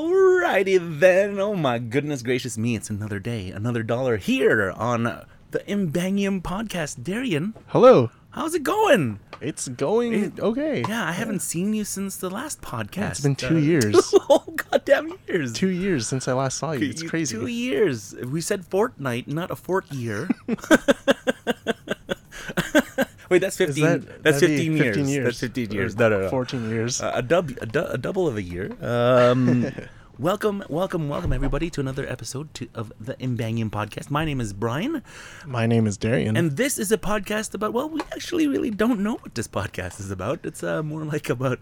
Alrighty then. Oh my goodness gracious me! It's another day, another dollar here on uh, the Imbangium podcast. Darian, Hello. how's it going? It's going okay. Yeah, I haven't seen you since the last podcast. It's been two years. oh goddamn years. two years since I last saw you. It's You- crazy. Two years. We said fortnight, not a fort year. Wait, that's Is fifteen. that- that's that'd be fifteen, years. That's fifteen Or years. No, no, Uh, no. Fourteen years. a, dub, a, du- a double of a year. Um, welcome, welcome, welcome, everybody, to another episode to, of the Imbangium podcast. My name is Brian, My name is Darian. and this is a podcast about. Well, we actually really don't know what this podcast is about. It's uh, more like about.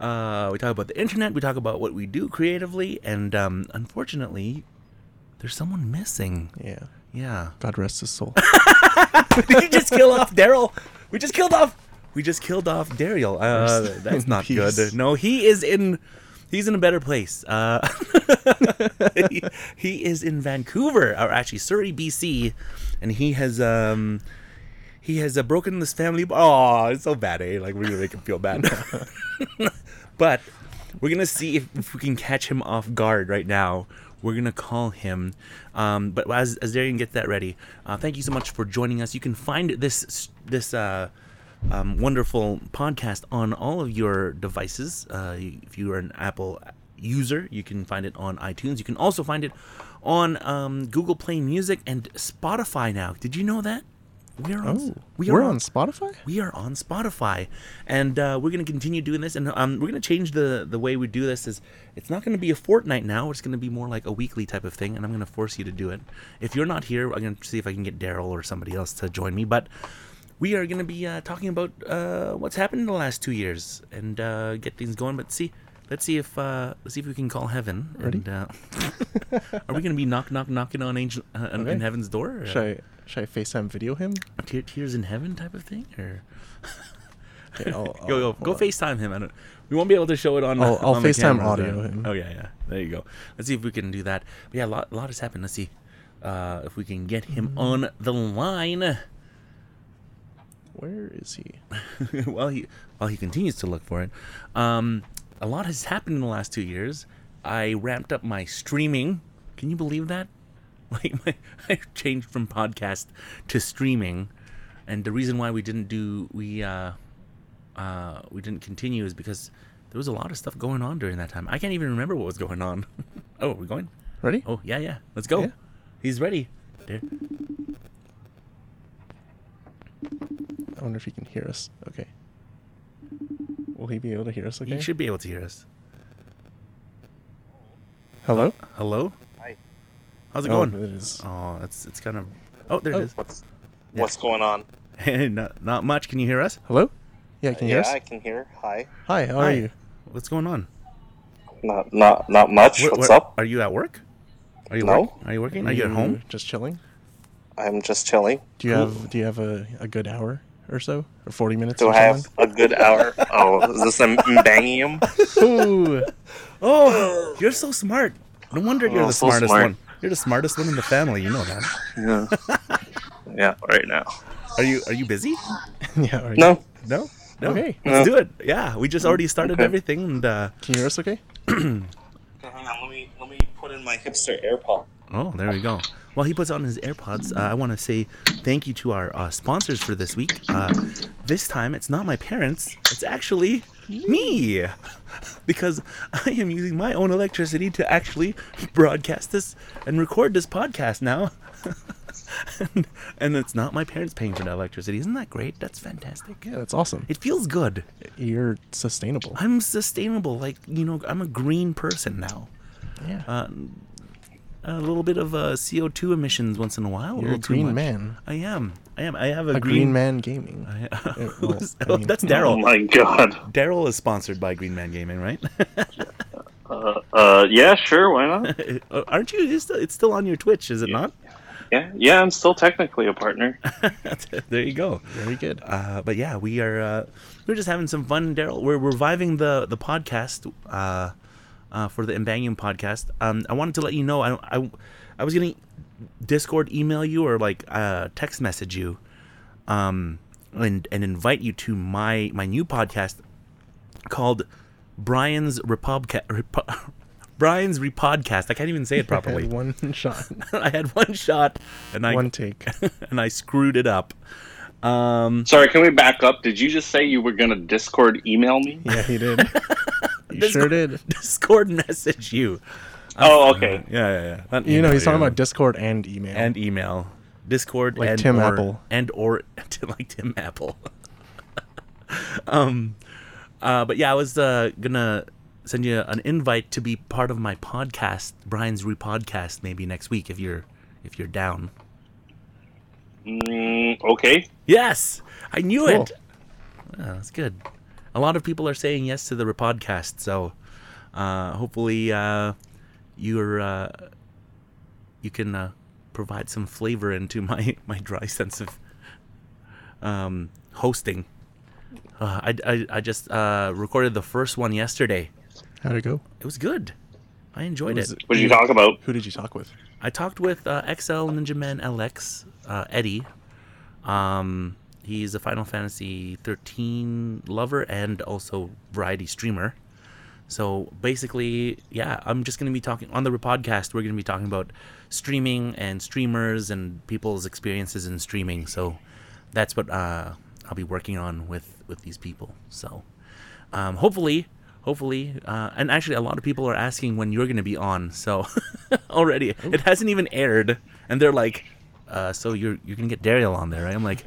Uh, we talk about the internet. We talk about what we do creatively, and um, unfortunately, there's someone missing. yeah. Yeah, God rest his soul. did you just kill off Daryl? We just killed off. We just killed off Daryl. Uh, Rest that's in not good. peace. No, he is in. He's in a better place. Uh, he, he is in Vancouver, or actually Surrey, BC, and he has um, he has uh, broken this family. Oh, it's so bad, eh? Like we're gonna make him feel bad. but we're gonna see if, if we can catch him off guard right now. We're gonna call him. Um, but as as Darian gets that ready, uh, thank you so much for joining us. You can find this this. Uh, um, wonderful podcast on all of your devices. Uh, if you are an Apple user, you can find it on iTunes. You can also find it on um, Google Play Music and Spotify now. Did you know that? We're on, Oh, we we are are on- on Spotify. we are on Spotify, and uh, we're going to continue doing this. And um, we're going to change the the way we do this. Is it's not going to be a fortnight now. It's going to be more like a weekly type of thing. And I'm going to force you to do it. If you're not here, I'm going to see if I can get Daryl or somebody else to join me. But we are going to be uh, talking about uh, what's happened in the last two years and uh, get things going. But see. Let's see if uh, let's see if we can call heaven. Ready? And, uh, are we going to be knock knock knocking on angel uh, on- Okay. in heaven's door? Or, Should I should I FaceTime video him? Tear- tears in heaven type of thing, or Okay, I'll, go go I'll- go FaceTime him. I don't. We won't be able to show it on. I'll- I'll on the FaceTime cameras, audio right? him. Oh yeah, yeah. There you go. Let's see if we can do that. But yeah, a lot, a lot has happened. Let's see uh, if we can get him on the line Where is he? while he while he continues to look for it. Um, a lot has happened in the last two years. I ramped up my streaming. Can you believe that? Like my, I changed from podcast to streaming, and the reason why we didn't do we uh, uh, we didn't continue is because there was a lot of stuff going on during that time. I can't even remember what was going on. oh, we're going. Ready? Oh yeah, yeah. Let's go. Yeah. He's ready. There. I wonder if he can hear us. Okay. Will he be able to hear us? Okay. He should be able to hear us. Hello. Hello. Hi. How's it Oh, going? it is. Oh, it's it's kind of. Oh, there Oh. it is. What's what's going on? Hey, not, not much. Can you hear us? Hello. Yeah, can you yeah, hear us? I can hear. Hi. Hi. How Hi. are you? What's going on? Not not not much. Wh- What's wh- up? Are you at work? Are you No. work- Are you working? Are you at home? Just chilling. I'm just chilling. Do you Cool. have Do you have a, a good hour or so, or forty minutes? Do or I have a good hour? Oh, is this an bangium? something? Ooh, Oh, you're so smart. No wonder you're Oh, the so smartest smart. one. You're the smartest one in the family. You know that. Yeah. yeah, right now. Are you Are you busy? yeah. All right. No. No. No. Okay. Let's No. do it. Yeah, we just already started Okay. everything, and uh, Can you hear us? Okay. Hang on, let me let me put in my hipster AirPod. Oh, there we go. While he puts on his AirPods, uh, I want to say thank you to our uh, sponsors for this week. Uh, this time, it's not my parents, it's actually me. Because I am using my own electricity to actually broadcast this and record this podcast now. and, and it's not my parents paying for that electricity. Isn't that great? That's fantastic. Yeah, that's awesome. It feels good. You're sustainable. I'm sustainable. Like, you know, I'm a green person now. Yeah. Uh, a little bit of uh, CO2 emissions once in a while. a You're a little too green much. man. I am. I am. I have a, a green, man gaming. I- well, Who's- I oh, mean- that's Oh Daryl. my god. Daryl is sponsored by Green Man Gaming, right? Uh, uh, yeah, sure. Why not? Uh, Aren't you? It's still, it's still on your Twitch, is it Yeah. not? Yeah, yeah. I'm still technically a partner. there you go. Very good. Uh, but yeah, we are uh, we're just having some fun, Daryl. We're reviving the the podcast uh, uh, for the Imbangium podcast. Um, I wanted to let you know I I, I was gonna Discord email you or like uh, text message you, um, and and invite you to my my new podcast called Brian's Repobca- Repo- Brian's repodcast. I can't even say it properly. Had one shot, I had one shot, and I one take. and I screwed it up. Um, Sorry, can we back up? Did you just say you were gonna Discord email me? Yeah, he did. You This- sure did. Discord message you. Oh, okay. Yeah, yeah, yeah. Not You know, email, he's talking yeah. about Discord and email. and email, Discord, Like and Tim or, Apple. and or like Tim Apple. um, uh, but yeah, I was uh, gonna send you an invite to be part of my podcast, Brian's repodcast, maybe next week if you're if you're down. Mm, okay. Yes, I knew Cool. it. Yeah, that's good. A lot of people are saying yes to the repodcast, so uh, hopefully uh, you're uh, you can uh, provide some flavor into my my dry sense of um, hosting. Uh, I, I I just uh, recorded the first one yesterday. How'd it go? It was good. I enjoyed Was it. What did you talk about? Who did you talk with? I talked with uh, XL Ninja Man LX uh, Eddie. Um, he's a Final Fantasy 13 lover and also variety streamer. So basically, yeah, I'm just going to be talking on the podcast. We're going to be talking about streaming and streamers and people's experiences in streaming. So that's what uh, I'll be working on with with these people. So um, hopefully, hopefully, uh, and actually, a lot of people are asking when you're going to be on. So already, it hasn't even aired, and they're like, uh, "So you're you're going to get Daryl on there?" Right? I'm like.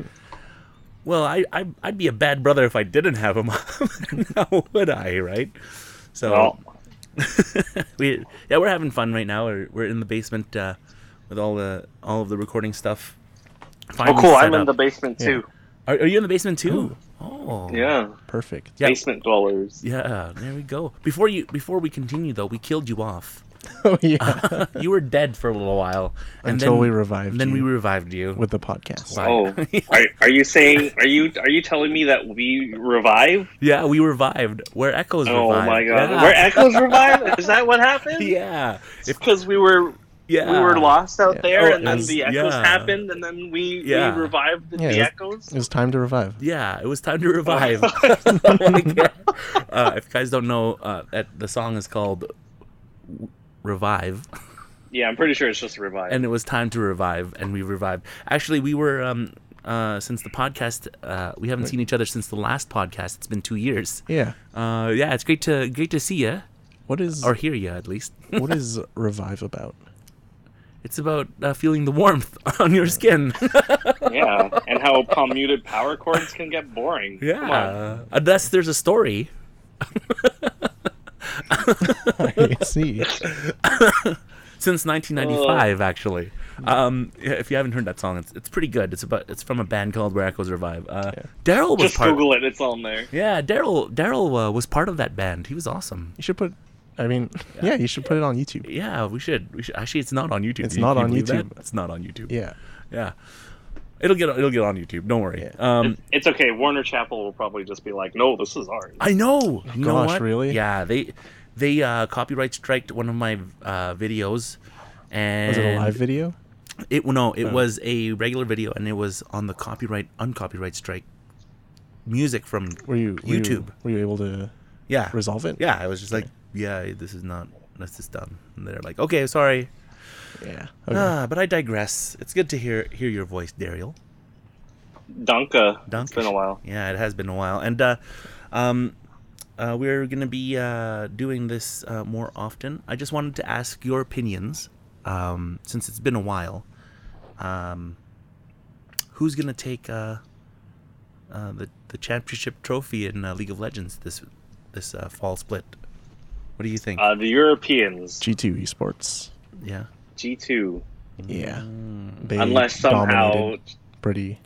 Well, I, I I'd be a bad brother if I didn't have him on. How would I, right? So Well, we yeah we're having fun right now. We're, we're in the basement uh, with all the all of the recording stuff. oh, finally cool. set I'm in up. the basement Yeah. too. Are, are you in the basement too? Oh Yeah. Perfect. Yeah. Basement dwellers. yeah. There we go. Before you before we continue though, we killed you off. Oh yeah. you were dead for a little while and Until Uh, then, we revived Then we you. revived you. With the podcast. Wow. Oh, are, are you saying? Are you are you telling me that we revive? yeah, we revived. Where echoes Oh revived. my god, Yeah. were echoes revive? Is that what happened? yeah. If, because we were yeah. we were lost out Yeah. there, Oh, and then yes, the echoes yeah. happened, and then we, Yeah. we revived the, Yeah, the it- echoes. It was time to revive. Yeah, it was time to revive. Oh my God. Uh, if you guys don't know, uh, that the song is called "Revive," Yeah, I'm pretty sure it's just revived. and it was time to revive, and we revived. Actually, we were um, uh, since the podcast, uh, we haven't seen each other since the last podcast. It's been two years. Yeah. Uh, yeah, it's great to great to see you What is or hear you at least. what is revive about? It's about uh, feeling the warmth on your skin. yeah, and how palm-muted power cords can get boring. Come on. yeah, unless Uh, there's a story. I see. since 1995 actually um yeah, if you haven't heard that song it's, it's pretty good it's about it's from a band called where echoes revive uh daryl was Just part Google it; it's on there. yeah daryl daryl uh, was part of that band he was awesome You should put I mean, yeah, you should put it on YouTube. yeah we should we should actually it's not on youtube It's Do you- not can you on believe that? YouTube. it's not on youtube Yeah. yeah it'll get it'll get on youtube don't worry Yeah. um It's okay. Warner Chapel will probably just be like, "No, this is ours." I know. you know Oh, gosh, what? really? Yeah, they they uh, copyright striked one of my uh, videos, and Was it a live video? It no, it Oh. was a regular video, and it was on the copyright uncopyright strike music from Were you were you- YouTube. Were you, able to yeah resolve it? yeah. I was just like, yeah, this is not this is done, and they're like, okay, sorry. Yeah. Okay. Ah, but I digress. It's good to hear hear your voice, Daryl. Dunka. Dunk. It's been a while. Yeah, it has been a while, and uh, um, uh, we're gonna be uh, doing this uh, more often. I just wanted to ask your opinions, um, since it's been a while. Um, who's gonna take uh, uh, the the championship trophy in uh, League of Legends this this uh, fall split? What do you think? Uh, the Europeans, G two esports. yeah. G2, Yeah. Mm. They unless somehow, dominated pretty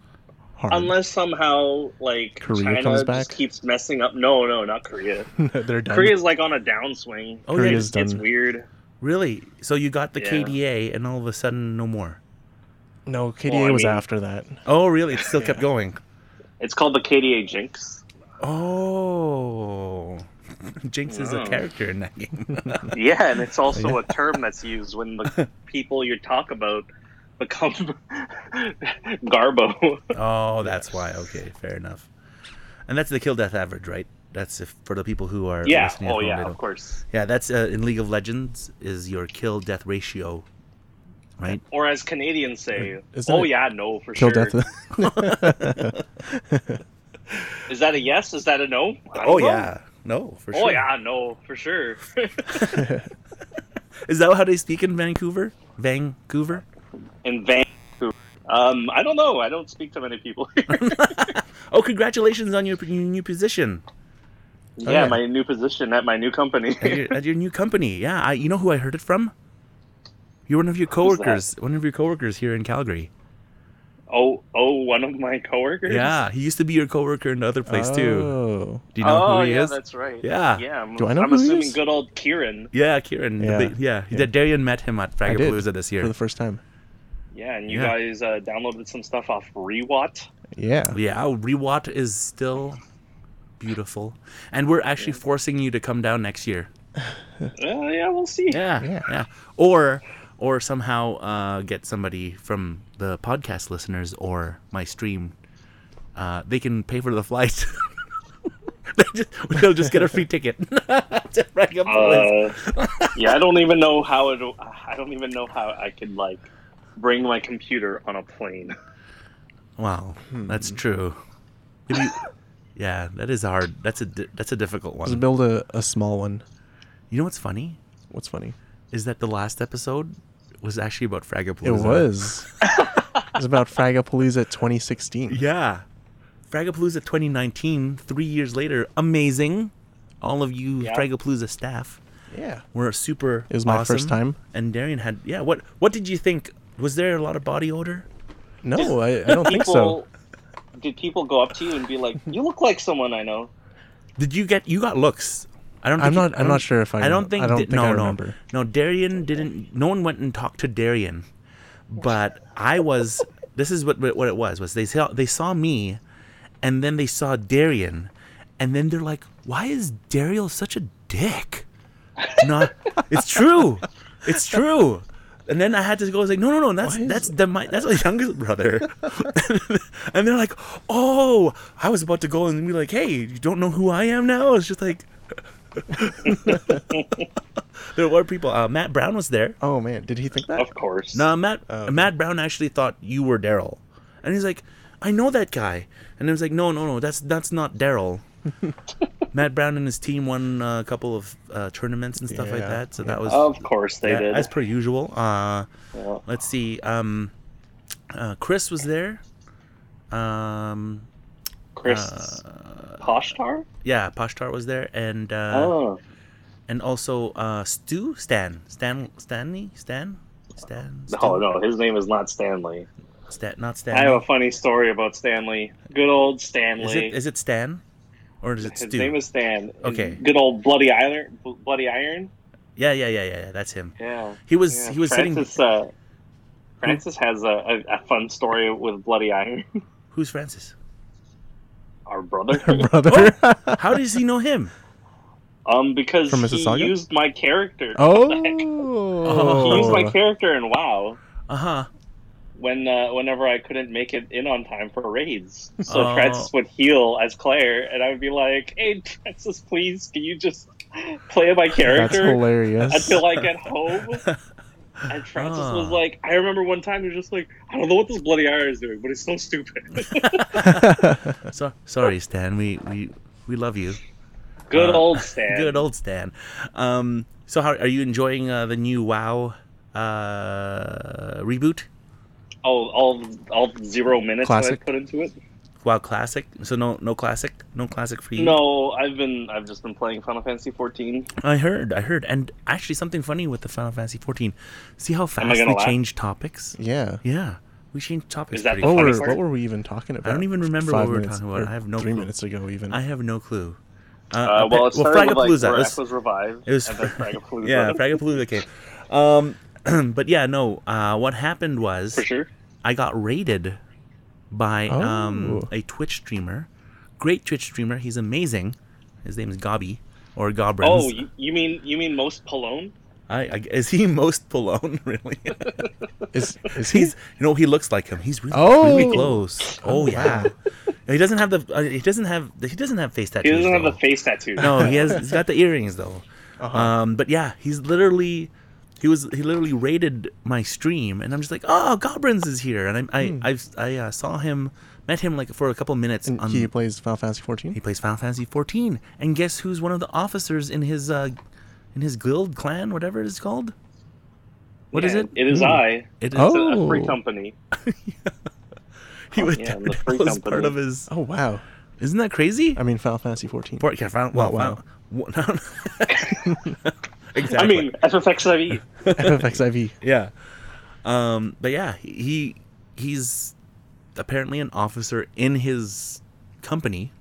hard. unless somehow, like Korea China comes just back? keeps messing up. No, no, not Korea. they're done. Korea's like on a downswing. Oh yeah, Korea's- It's, it's done. weird. really? So you got the Yeah. KDA, and all of a sudden, no more. No, KDA Well, I was mean- after that. Oh, really? It still kept going. It's called the KDA Jinx. Oh, Jinx is a Wow. character in that game. Yeah, and it's also a term that's used when the people you talk about become garbo. oh, that's why. Okay, fair enough. And that's the kill death average, right? That's if for the people who are yeah. listening at Oh home, they yeah. don't- Of course. Yeah, that's uh, in League of Legends is your kill death ratio, right? Or as Canadians say, Isn't oh it yeah, no for Kill sure. death. Is that a yes? Is that a no? I don't Oh know. yeah, no for Oh sure. yeah, no for sure. Is that how they speak in Vancouver? Vancouver? In Vancouver. Um, I don't know. I don't speak to many people. Oh, congratulations on your, p- your new position yeah, yeah. my new position at my new company. at your, at your new company. Yeah, I, you know who I heard it from? You're one of your Who's that? coworkers. One of your coworkers here in Calgary. oh, oh, one of my coworkers. Yeah, he used to be your coworker in another place too. Oh. Do you know oh who he yeah, is? that's right. Yeah. Yeah. I'm, Do I know I'm who he assuming is? good old Kieran. Yeah, Kieran. the Yeah. big- yeah. Yeah. yeah. Darian met him at I did Fragapalooza this for year. the first time. Yeah, and you Yeah. guys uh, downloaded some stuff off Rewat. Yeah. Yeah, Rewat is still beautiful, and we're actually forcing you to come down next year. Uh, yeah, we'll see. Yeah, Yeah. yeah, Or, or somehow uh, get somebody from the podcast listeners or my stream. Uh, they can pay for the flight. they just, they'll just get a free ticket. to Fragapalooza. Uh, yeah, I don't even know how it. I don't even know how I could like bring my computer on a plane. wow, that's Hmm. true. If you- yeah, that is hard. That's a di- that's a difficult Let's one. build a, a small one. You know what's funny? What's funny? is that the last episode was actually about Fragapalooza. It was. it was about Fragapalooza 2016. Yeah. Fragapalooza 2019, three years later, amazing. All of you Yeah. Fragapalooza staff Yeah. were super. It was my awesome. first time. And Darian had yeah. What what did you think? Was there a lot of body odor? No, I, I don't think so. Did people go up to you and be like, "You look like someone I know"? Did you get you got looks? I don't. I'm think you- not. I I'm don't- not sure if I. I don't think. I don't Di- think no, I no, remember. no. Darian didn't. No one went and talked to Darian, but I was. This is what what it was. Was they saw they saw me, and then they saw Darian, and then they're like, "Why is Dariel such a dick?" No, it's true. It's true. And then I had to go. I was like, "No, no, no. That's Why is- that's the my that's my youngest brother." and they're like, "Oh, I was about to go and be like, hey, you don't know who I am now?'" It's just like. There were people. Uh, Matt Brown was there. Oh man, did he think that? Of course. No, Matt. Oh, okay. Matt Brown actually thought you were Daryl, and he's like, "I know that guy," and I was like, "No, no, no, that's that's not Daryl." Matt Brown and his team won uh, a couple of uh, tournaments and stuff like Yeah, that, so yeah. that was Of course they yeah, did. as per usual. Uh, Yeah. let's see. Um, uh, Chris was there. Um, Chris uh, Poshtar. yeah, Pashtar was there, and uh, oh, and also uh, Stu Stan Stan Stanley Stan Stan. Stu? no, no, his name is not Stanley. Stan, not Stan. I have a funny story about Stanley. Good old Stanley. Is it is it Stan, or is it his Stu? name is Stan. And Okay. Good old bloody iron, Bl- bloody iron. yeah, yeah, yeah, yeah, yeah. That's him. Yeah. He was Yeah, he was sitting. Francis, Uh, Francis has a, a, a fun story with Bloody Iron, Who's Francis? our brother. brother. How does he know him? um, because From he Mississauga? used my character. oh. What the heck? he used my character in WoW Uh huh. when uh, whenever I couldn't make it in on time for raids. So Oh. Francis would heal as Claire, and I would be like, "Hey, Francis, please, can you just play my That's character?" hilarious. until I get home. And Francis Ah. was like, I remember one time he was just like, I don't know what this bloody iron is doing, but it's so stupid. So sorry, Stan. We we we love you. Good Uh, old Stan. Good old Stan. Um. So how are you enjoying uh, the new WoW uh reboot? all, all, all zero minutes that I Classic. put into it. WoW Classic. So no no classic no classic for you. No, I've been, I've just been playing Final Fantasy 14. I heard I heard and actually something funny with the Final Fantasy 14. See how fast gonna we laugh? change topics. Yeah. Yeah, we changed topics. Is that pretty the What fast. funny were, part? what were we even talking about? even remember Five what we were minutes- talking about. or I have no three clue. minutes ago even. I have no clue. Uh, Uh, well, it well, started with, like, Fragapalooza. where Let's- F was revived. It was and then Fragapalooza. yeah, Fragapalooza came. Um, but yeah, no. Uh, what happened was for sure. I got raided by um, Oh. a Twitch streamer, great Twitch streamer. He's amazing. His name is Gobby or Gobrins. Oh, you, you mean, you mean most Palone? I, I, is he most Pallone really? is is he? He's you know he looks like him. He's really, Oh. really close. Oh yeah, He doesn't have the. Uh, he doesn't have. He doesn't have face He tattoos. doesn't have though. the face tattoo. No, he has. He's got the earrings though. Uh-huh. Um, but yeah, he's literally. He was. He literally raided my stream, and I'm just like, oh, Goblins is here, and I. I. I've, I uh, saw him. Met him like for a couple minutes. Hmm. And on, he plays Final Fantasy 14. Um, he plays Final Fantasy 14, and guess who's one of the officers in his. Uh, in his guild, clan, whatever it is called. What is Yeah, it? It is I. It is. Oh. It's a- a free company. he was, yeah, the that free was part company. of his. Oh wow! Isn't that crazy? I mean Final Fantasy 14. Port, yeah, found, well, Uh, wow. found- w- no. I exactly. mean, FFXIV. FFXIV. yeah. Um, but yeah, he he's apparently an officer in his company.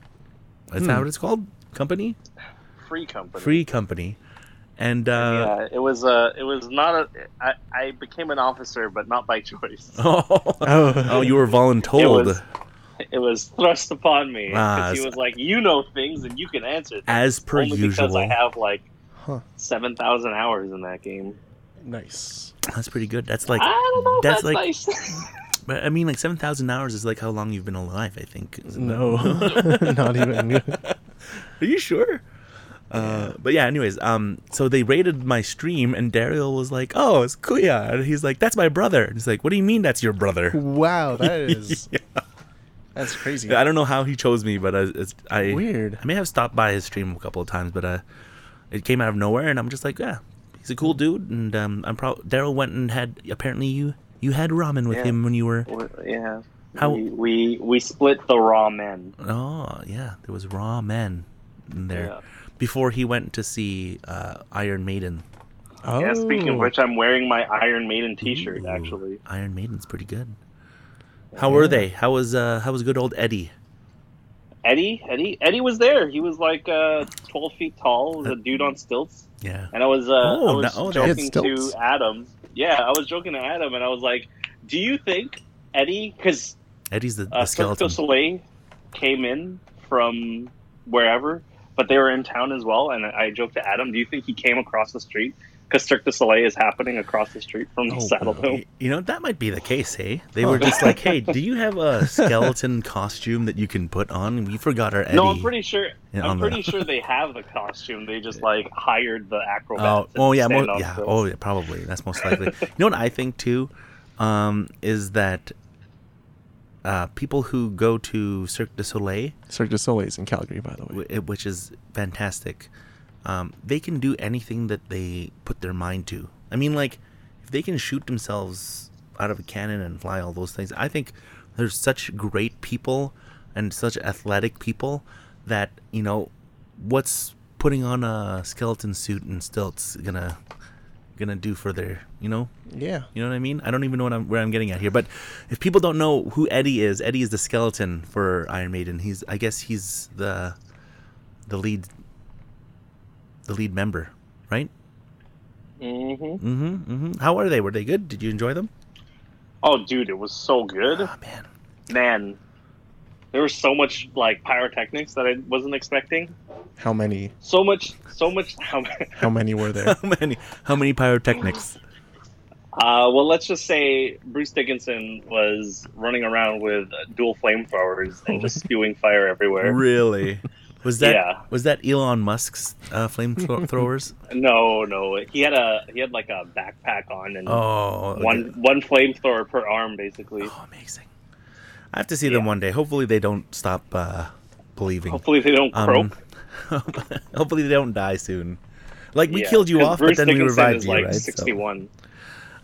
Is that Hmm. what it's called? Company, Free company. free company, and uh, yeah, it was uh, it was not a. I, I became an officer, but not by choice. oh, Oh. oh, you were voluntold. It was- It was thrust upon me Ah, because he so- was like, "You know things, and you can answer." Them. as per Only because usual. I have like Huh. seven thousand hours in that game. Nice. That's pretty good. That's like, I don't know. If that's that's, like- nice. but I mean, like seven thousand hours is like how long you've been alive. I think. isn't it? No, not even. Are you sure? Uh, but yeah, anyways, um, so they raided my stream, and Daryl was like, "Oh, it's Kuya," and he's like, "That's my brother." And he's like, "What do you mean that's your brother?" Wow, that is that's crazy. I don't know how he chose me, but I, it's, I Weird. I may have stopped by his stream a couple of times, but uh, it came out of nowhere, and I'm just like, "Yeah, he's a Hmm. cool dude." And um, I'm proud. Daryl went and had apparently you you had ramen with Yeah. him when you were. We're- yeah. How- We, we we split the raw men. Oh yeah, there was ramen in there Yeah. before he went to see uh, Iron Maiden. Oh, Yeah, speaking of which, I'm wearing my Iron Maiden T-shirt Ooh, actually. Iron Maiden's pretty good. How were Yeah. they? How was uh how was good old Eddie? Eddie, Eddie, Eddie was there. He was like uh, 12 feet tall, the dude on stilts. Yeah. And I was, uh, Oh, I was no- oh, they had joking stilts. to Adam. Yeah, I was joking to Adam, and I was like, "Do you think Eddie? Because Eddie's the, the uh, Cirque skeleton. du Soleil came in from wherever, but they were in town as well." And I joked to Adam, "Do you think he came across the street? Because Cirque du Soleil is happening across the street Oh, from the Saddle Dome." Y- You know, that might be the case, hey? They Oh. Huh. were just like, Hey, do you have a skeleton costume that you can put on? We forgot our Eddie. No, I'm pretty sure. Yeah, on I'm the- pretty sure they have the costume. They just like hired the acrobat. Oh, oh yeah, mo- yeah. Oh. Oh, yeah, probably. That's most likely. you know what I think too, um, is that uh, people who go to Cirque du Soleil, Cirque du Soleil is in Calgary, by the way. wh- which is fantastic, um, they can do anything that they put their mind to. I mean, like if they can shoot themselves out of a cannon and fly all those things, I think there's such great people and such athletic people that you know what's putting on a skeleton suit and stilts gonna gonna do for their you know Yeah. you know what I mean? I don't even know what I'm, where I'm getting at here. But if people don't know who Eddie is, Eddie is the skeleton for Iron Maiden. He's, I guess, he's the the lead the lead member, right? hmm Mm-hmm. mm-hmm. How are they? Were they good? Did you enjoy them? Oh, dude, it was so good, Oh man, Ah, man. There was so much like pyrotechnics that I wasn't expecting. How many? So much, so much. uh, How many were there? how many how many pyrotechnics? uh, well, let's just say Bruce Dickinson was running around with dual flamethrowers and just spewing fire everywhere. really? Was that Yeah. was that Elon Musk's uh, flamethrowers? No, no, he had a he had like a backpack on and one oh, one flamethrower per arm, basically. Oh, amazing! I have to see them one day. Hopefully, they don't stop uh, believing. Hopefully, they Um, don't croak. hopefully they don't die soon. Like we Yeah, killed you 'cause off, but Bruce then we Dickinson revived is you, like right? So- 61.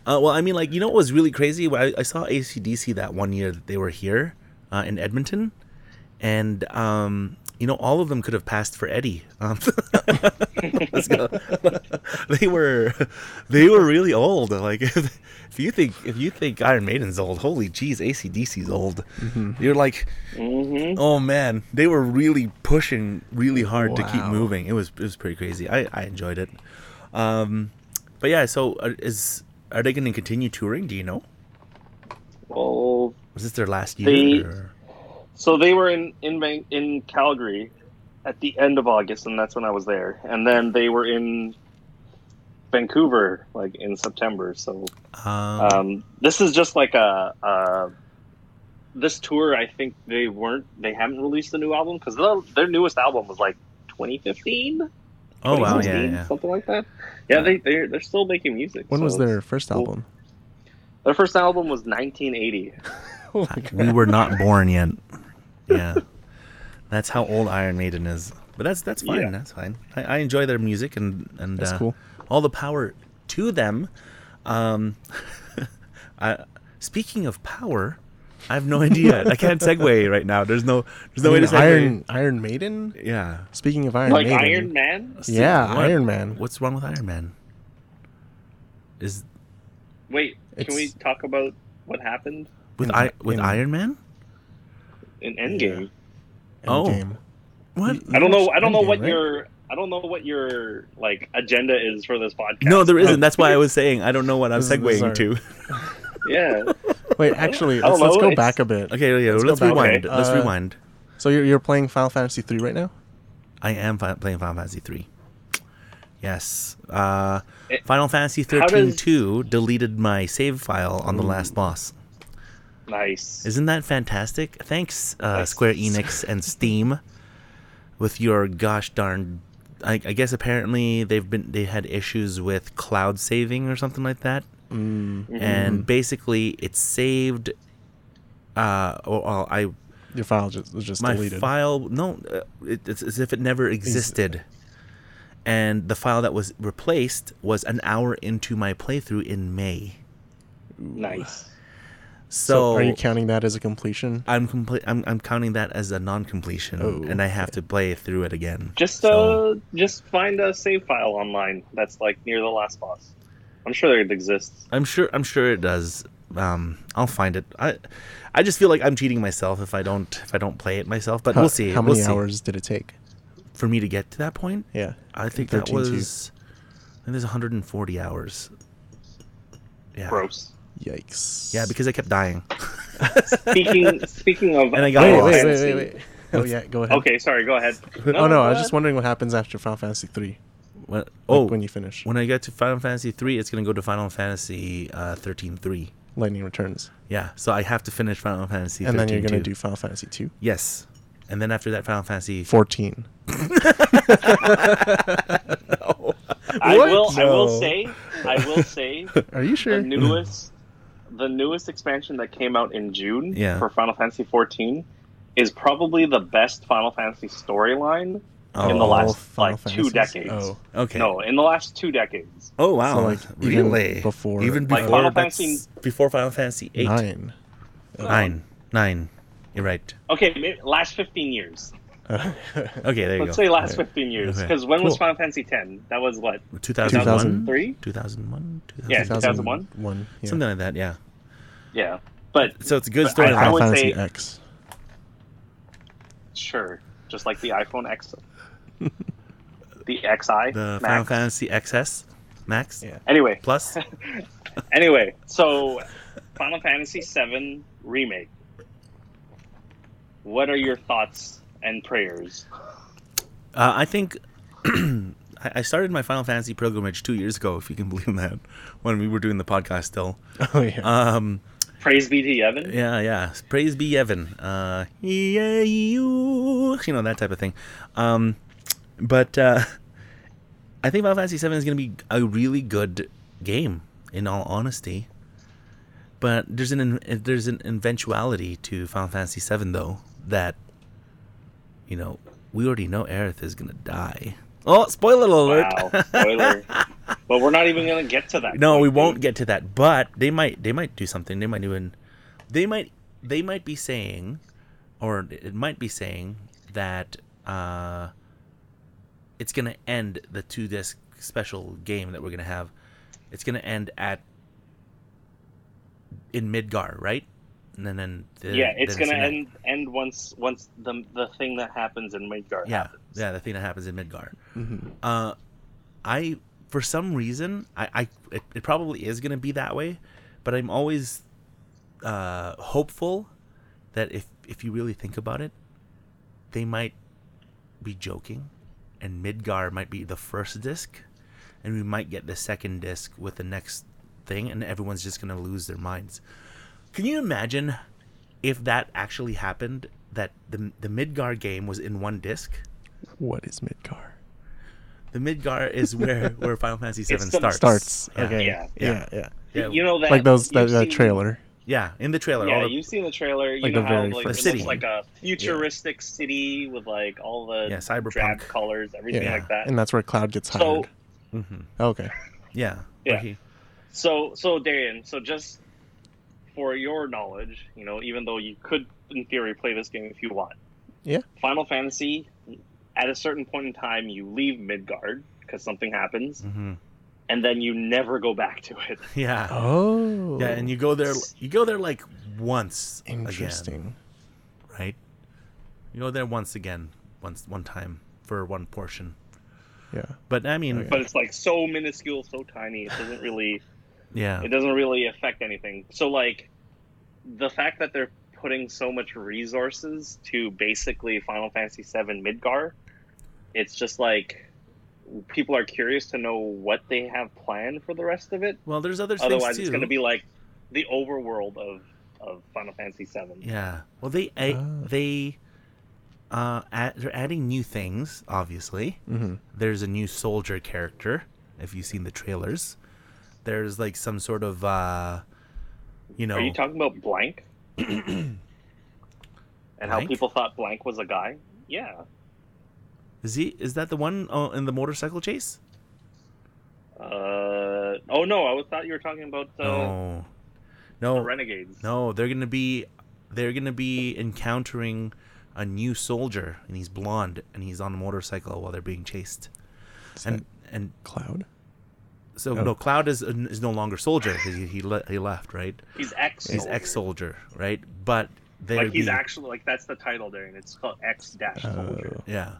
uh, well, I mean, like you know what was really crazy? I, I saw ACDC that one year that they were here uh, in Edmonton, and um, you know all of them could have passed for Eddie. Um, let's go. they were they were really old. Like if, if you think if you think Iron Maiden's old, holy jeez, ACDC's old. Mm-hmm. You're like hmm Oh man, they were really pushing really hard to keep Wow. moving. It was it was pretty crazy. I, I enjoyed it. Um, but yeah, so uh, is are they going to continue touring? Do you know? Well, Was this their last year? They- or- so they were in in Van- in Calgary at the end of August, and that's when I was there. And then they were in Vancouver, like in September. So Um, um, this is just like a, a this tour, I think they weren't. They haven't released a new album because their newest album was like 2015. Oh wow, yeah, 2016, yeah. something like that. Yeah, they they're they're still making music. When so was it's- their first cool. album? Their first album was 1980. Oh my god. We were not born yet. Yeah, that's how old Iron Maiden is. But that's that's fine. Yeah. That's fine. I, I enjoy their music and and That's uh, cool. all the power to them. Um, I, speaking of power, I have no idea. I can't segue right now. There's no there's no I way to mean, segue. Iron Iron Maiden. Yeah. Speaking of Iron like Maiden, Iron Man. Yeah, What- Iron Man. What's wrong with Iron Man? Is Wait, can we It's- talk about what happened with In- I with in- Iron Man? in Endgame? Oh. Endgame. What? I don't know. I don't know Endgame, what right? your I don't know what your like agenda is for this podcast. No, there isn't. That's why I was saying I don't know what I'm This is segueing bizarre. to. yeah. Wait, actually, I let's, don't let's know, go it's- back a bit. Okay, yeah, let's, Let's go back. rewind. Okay. let's Uh, rewind. So you're, you're playing Final Fantasy three right now? I am fi- playing Final Fantasy three. Yes. Uh, It- Final Fantasy Eh, How 13 does- 2 deleted my save file on the last boss. Nice. Isn't that fantastic? Thanks, uh, Nice. Square Enix and Steam, with your gosh darn. I, I guess apparently they've been they had issues with cloud saving or something like that, Mm, Mm-hmm. and basically it saved. Uh, or, or I your file just was just my deleted. uh, file no, uh, it, it's as if it never existed, and the file that was replaced was an hour into my playthrough in May. nice. So, so are you counting that as a completion? I'm complete. I'm, I'm counting that as a non-completion, Oh, and I have to play through it again. Just uh, So- just find a save file online that's like near the last boss. I'm sure it exists. I'm sure. I'm sure it does. Um, I'll find it. I, I just feel like I'm cheating myself if I don't if I don't play it myself. But How- we'll see. How we'll many see. hours did it take? for me to get to that point? Yeah. I think that 13 too. was. I think there's 140 hours. Yeah. Gross. Yikes. Yeah, because I kept dying. Speaking speaking of And I got wait, Oh, wait, I wait, wait, wait. Oh yeah, go ahead. Okay, sorry. Go ahead. oh no, I was uh, just wondering what happens after Final Fantasy three. When, Like oh, when you finish, when I get to Final Fantasy three, it's gonna go to Final Fantasy uh, 13 3. Lightning returns, Yeah, so I have to finish Final Fantasy. 13 and then you're gonna 2. do Final Fantasy two. Yes. And then after that, Final Fantasy. 14. No. I What? will. I No. will say. I will say. Are you sure? the newest, the newest expansion that came out in June Yeah. for Final Fantasy 14 is probably the best Final Fantasy storyline. in the Oh, last, Final like, two Fantasies? decades. Oh, Okay. No, in the last two decades. Oh wow! So, like, even really? before- even Like, before Final that's- Fantasy- before Final Fantasy eight, nine. nine, nine. You're right. Okay, maybe last 15 years. Okay, there you Let's go. say last Okay. 15 years. Okay. Because when was Cool. Final Fantasy 10? That was what? 2001, 2003? 2001, 2000, Yeah, 2001? 2001. One. Yeah. something like that. Yeah. Yeah. But So it's a good But I- story. Final would Fantasy say- X. sure, just like the iPhone X, the XI the Final Max. Fantasy XS Max Yeah. Anyway, Plus. anyway, so Final Fantasy VII remake. What are your thoughts and prayers? Uh, I think I I started my Final Fantasy pilgrimage two years ago, if you can believe that, when we were doing the podcast still. Oh yeah. Um, Praise be to Evan. Yeah, yeah. Praise be Evan. Uh, yeah, you. You know that type of thing. Um, but uh, I think Final Fantasy VII is going to be a really good game, in all honesty. But there's an there's an eventuality to Final Fantasy VII though that, you know, we already know Aerith is going to die. Oh, spoiler alert! Wow, spoiler. but we're not even gonna get to that. No, point, we dude. won't get to that. But they might they might do something. They might even they might they might be saying or it might be saying that uh it's going to end the two disc special game that we're going to have. It's going to end at in Midgar, right? And then, then the, yeah, it's then in gonna that- end end once once the the thing that happens in Midgard. Yeah, happens. yeah, the thing that happens in Midgar. Mhm. Uh, I for some reason I, I it, it probably is gonna be that way, but I'm always uh, hopeful that if if you really think about it, they might be joking, and Midgar might be the first disc, and we might get the second disc with the next thing, and everyone's just gonna lose their minds. Can you imagine if that actually happened, that the the Midgar game was in one disc. What is Midgar? The Midgar is where where Final Fantasy VII the- starts. Starts. Yeah. Okay. Yeah. Yeah. Yeah. Yeah, You know that Like those that, you've that seen- trailer. Yeah, in the trailer. Yeah, all the- you've seen the trailer. You Like know the how very like, it first- looks The city. like a futuristic city with like all the Yeah, cyberpunk. drab colors, everything Yeah. like that. And that's where Cloud gets hired. So Mm-hmm. Mhm. okay. Yeah. Yeah. where he- So, so Darian, so just for your knowledge, you know, even though you could, in theory, play this game if you want. Yeah. Final Fantasy, at a certain point in time, you leave Midgard because something happens, mhm. and then you never go back to it. Yeah. Oh. Yeah, and you go there. You go there like once. again, Interesting. right? You go there once again, once one time for one portion. Yeah. But I mean, Okay. But it's like so minuscule, so tiny. It doesn't really, yeah, it doesn't really affect anything. So like, the fact that they're putting so much resources to basically Final Fantasy VII Midgar, it's just like people are curious to know what they have planned for the rest of it. Well, there's other things Otherwise, too. it's going to be like the overworld of of Final Fantasy VII. yeah. Well, they I, Ah. they uh add, they're adding new things. Obviously, Mm-hmm. there's a new soldier character. If you've seen the trailers, there's like some sort of uh, you know, Are you talking about Blank? and how Blank? people thought Blank was a guy? Yeah. is he is that the one uh, in the motorcycle chase? Uh, oh no, I was- thought you were talking about uh, no, the no, Renegades. No, they're gonna be they're gonna be encountering a new soldier, and he's blonde, and he's on a motorcycle while they're being chased. And and Cloud. so Oh. no, Cloud is is no longer soldier 'cause he he, le- he left, right? He's ex. He's ex soldier, right? But they Like he's actually like that's the title there, and it's called X Dash Soldier. Oh. yeah.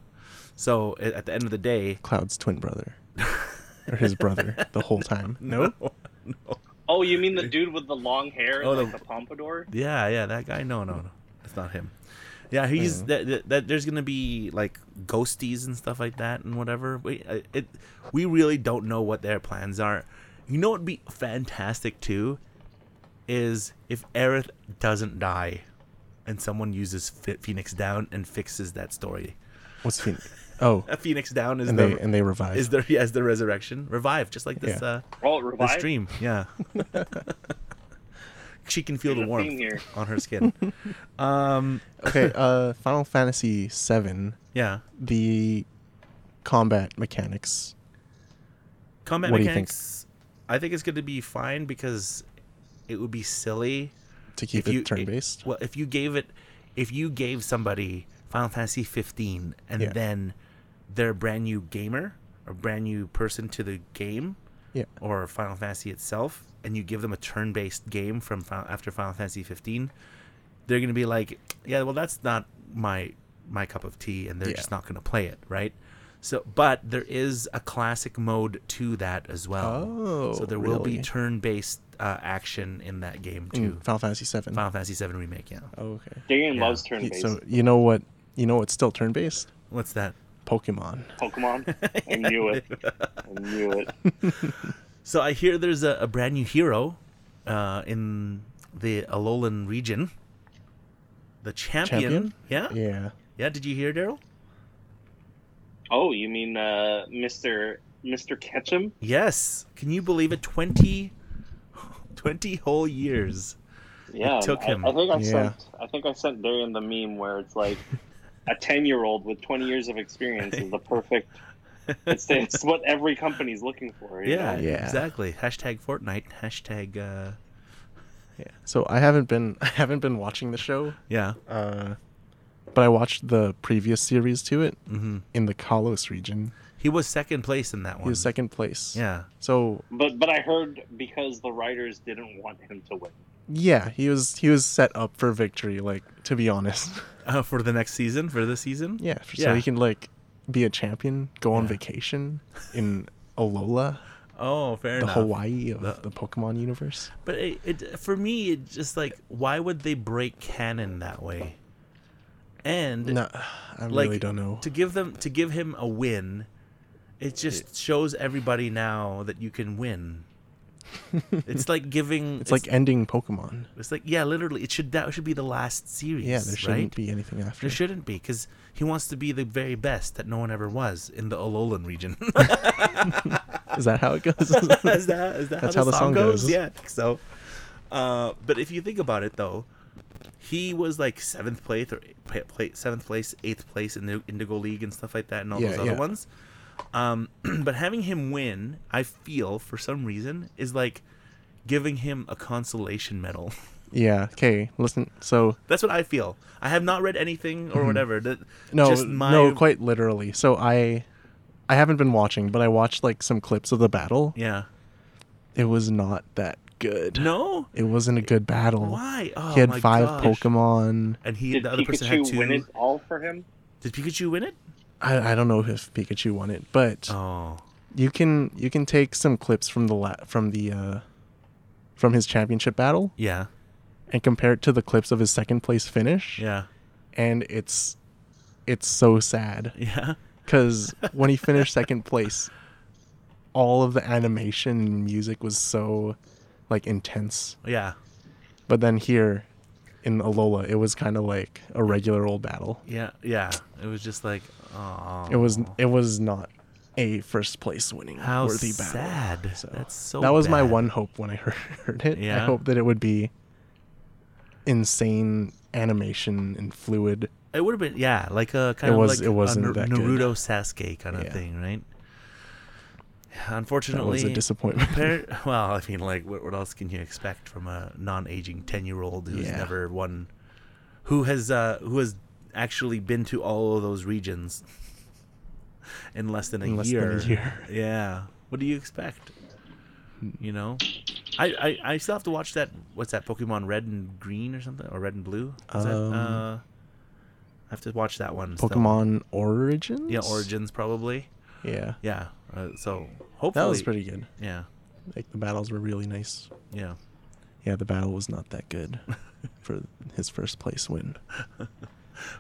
So a- at the end of the day, Cloud's twin brother. or his brother the whole time. no, Oh, you mean the dude with the long hair and Oh, like the- the pompadour? Yeah, yeah, that guy. No, no, no, it's not him. Yeah, he's Mhm. that, that, that. There's gonna be like ghosties and stuff like that and whatever. We I- it we really don't know what their plans are. You know what'd be fantastic too, is if Aerith doesn't die, and someone uses Ph- Phoenix Down and fixes that story. What's he? Oh, Uh, Phoenix Down is and the they and they revive. is the yeah, is the resurrection revive just like this Yeah. uh Oh, this revive. dream. Yeah. she can feel There's the a warmth theme here. on her skin. um okay, uh, Final Fantasy VII. Yeah. The combat mechanics. Combat What do you think? mechanics. I think it's going to be fine because it would be silly to keep if you it turn based. Well, if you gave it, if you gave somebody Final Fantasy 15 and Yeah. then they're a brand new gamer or brand new person to the game, Yeah. or Final Fantasy itself, and you give them a turn-based game from Final, after Final Fantasy 15, they're gonna be like, yeah, well, that's not my my cup of tea, and they're Yeah. just not gonna play it, right? So, but there is a classic mode to that as well. Oh, so there will be really? turn-based uh, action in that game too. Mm, Final Fantasy VII. Final Fantasy VII remake. Yeah. oh, okay. Darian Yeah. loves turn Y- based So you know what? You know what's still turn based? What's that? Pokemon. Pokemon. I knew it. I knew it. So I hear there's a, a brand new hero uh, in the Alolan region. The champion. Champion? Yeah? yeah. Yeah. Did you hear Daryl? Oh, you mean uh, Mr. Mr. Ketchum? Yes. Can you believe it? 20, 20 whole years. Yeah, took I, him. I think I Yeah. sent. I think I sent Darian the meme where it's like a ten-year-old with twenty years of experience is the perfect. It's, it's what every company's looking for. you Yeah. know? Yeah. Exactly. Hashtag Fortnite. Hashtag. Uh, Yeah. So I haven't been I haven't been watching the show, yeah. uh, but I watched the previous series to it Mm-hmm. in the Kalos region. He was second place in that He one. was second place. Yeah. So But but I heard because the writers didn't want him to win. yeah, he was he was set up for victory. Like to be honest. Uh, for the next season. For this season. Yeah, f- Yeah. so he can like be a champion, go on Yeah. vacation in Alola, Oh, fair the enough. Hawaii of The- the, Pokemon universe. But it, it for me, it just like why would they break canon that way? And No, I like, really don't know. to give them to give him a win, it just shows everybody now that you can win. It's like giving. It's, like ending Pokemon. It's like yeah, literally. It should that should be the last series. Yeah, there shouldn't right? be anything after. There shouldn't be because he wants to be the very best that no one ever was in the Ololan region. Is that how it goes? is that, is that That's how, how the, song, goes? Yeah. Yeah. So, uh, but if you think about it though, he was like seventh place or eight- pla- pla- seventh place, eighth place in the Indigo League and stuff like that, and all Yeah, those other yeah. ones. Um, but having him win, I feel for some reason is like giving him a consolation medal. yeah. Okay. Listen. So That's what I feel. I have not read anything or whatever. That Mm-hmm. no, just my, no, quite literally. So I, I haven't been watching, but I watched like some clips of the battle. Yeah. It was not that good. No. It wasn't a good battle. Why? Oh, he had my five gosh. Pokemon. and he Did the other person had Pikachu two. win it all for him? Did Pikachu win it? I, I don't know if Pikachu won it, but Oh, you can you can take some clips from the la- from the uh, from his championship battle yeah, and compare it to the clips of his second place finish, yeah, and it's it's so sad. yeah. because when he finished second place, all of the animation and music was so like intense. Yeah, But then here in Alola, it was kind of like a regular old battle. yeah, yeah. It was just like, oh, It was it was not a first place winning how worthy battle. sad. So, That's so. that was my bad. one hope when I heard, heard it. I Yeah. hope that it would be insane animation and fluid. It would have been yeah, like a kind It of was- like it wasn't a Nar- that good. Naruto Sasuke kind of Yeah. thing, right? That Unfortunately, was a disappointment. Appar- well, I mean, like, what, what else can you expect from a non-aging ten-year-old who's Yeah. never won, who has uh, who has actually been to all of those regions in less than a, In less than a year. year. Yeah. What do you expect? You know, I, I I still have to watch that. What's that? Pokemon Red and Green or something, or Red and Blue? Is that, Um, uh, I have to watch that one. still. Pokemon Origins. Yeah, Origins probably. Yeah, Yeah. Uh, so hopefully that was pretty good. Yeah. Like the battles were really nice. Yeah. Yeah, the battle was not that good for his first place win.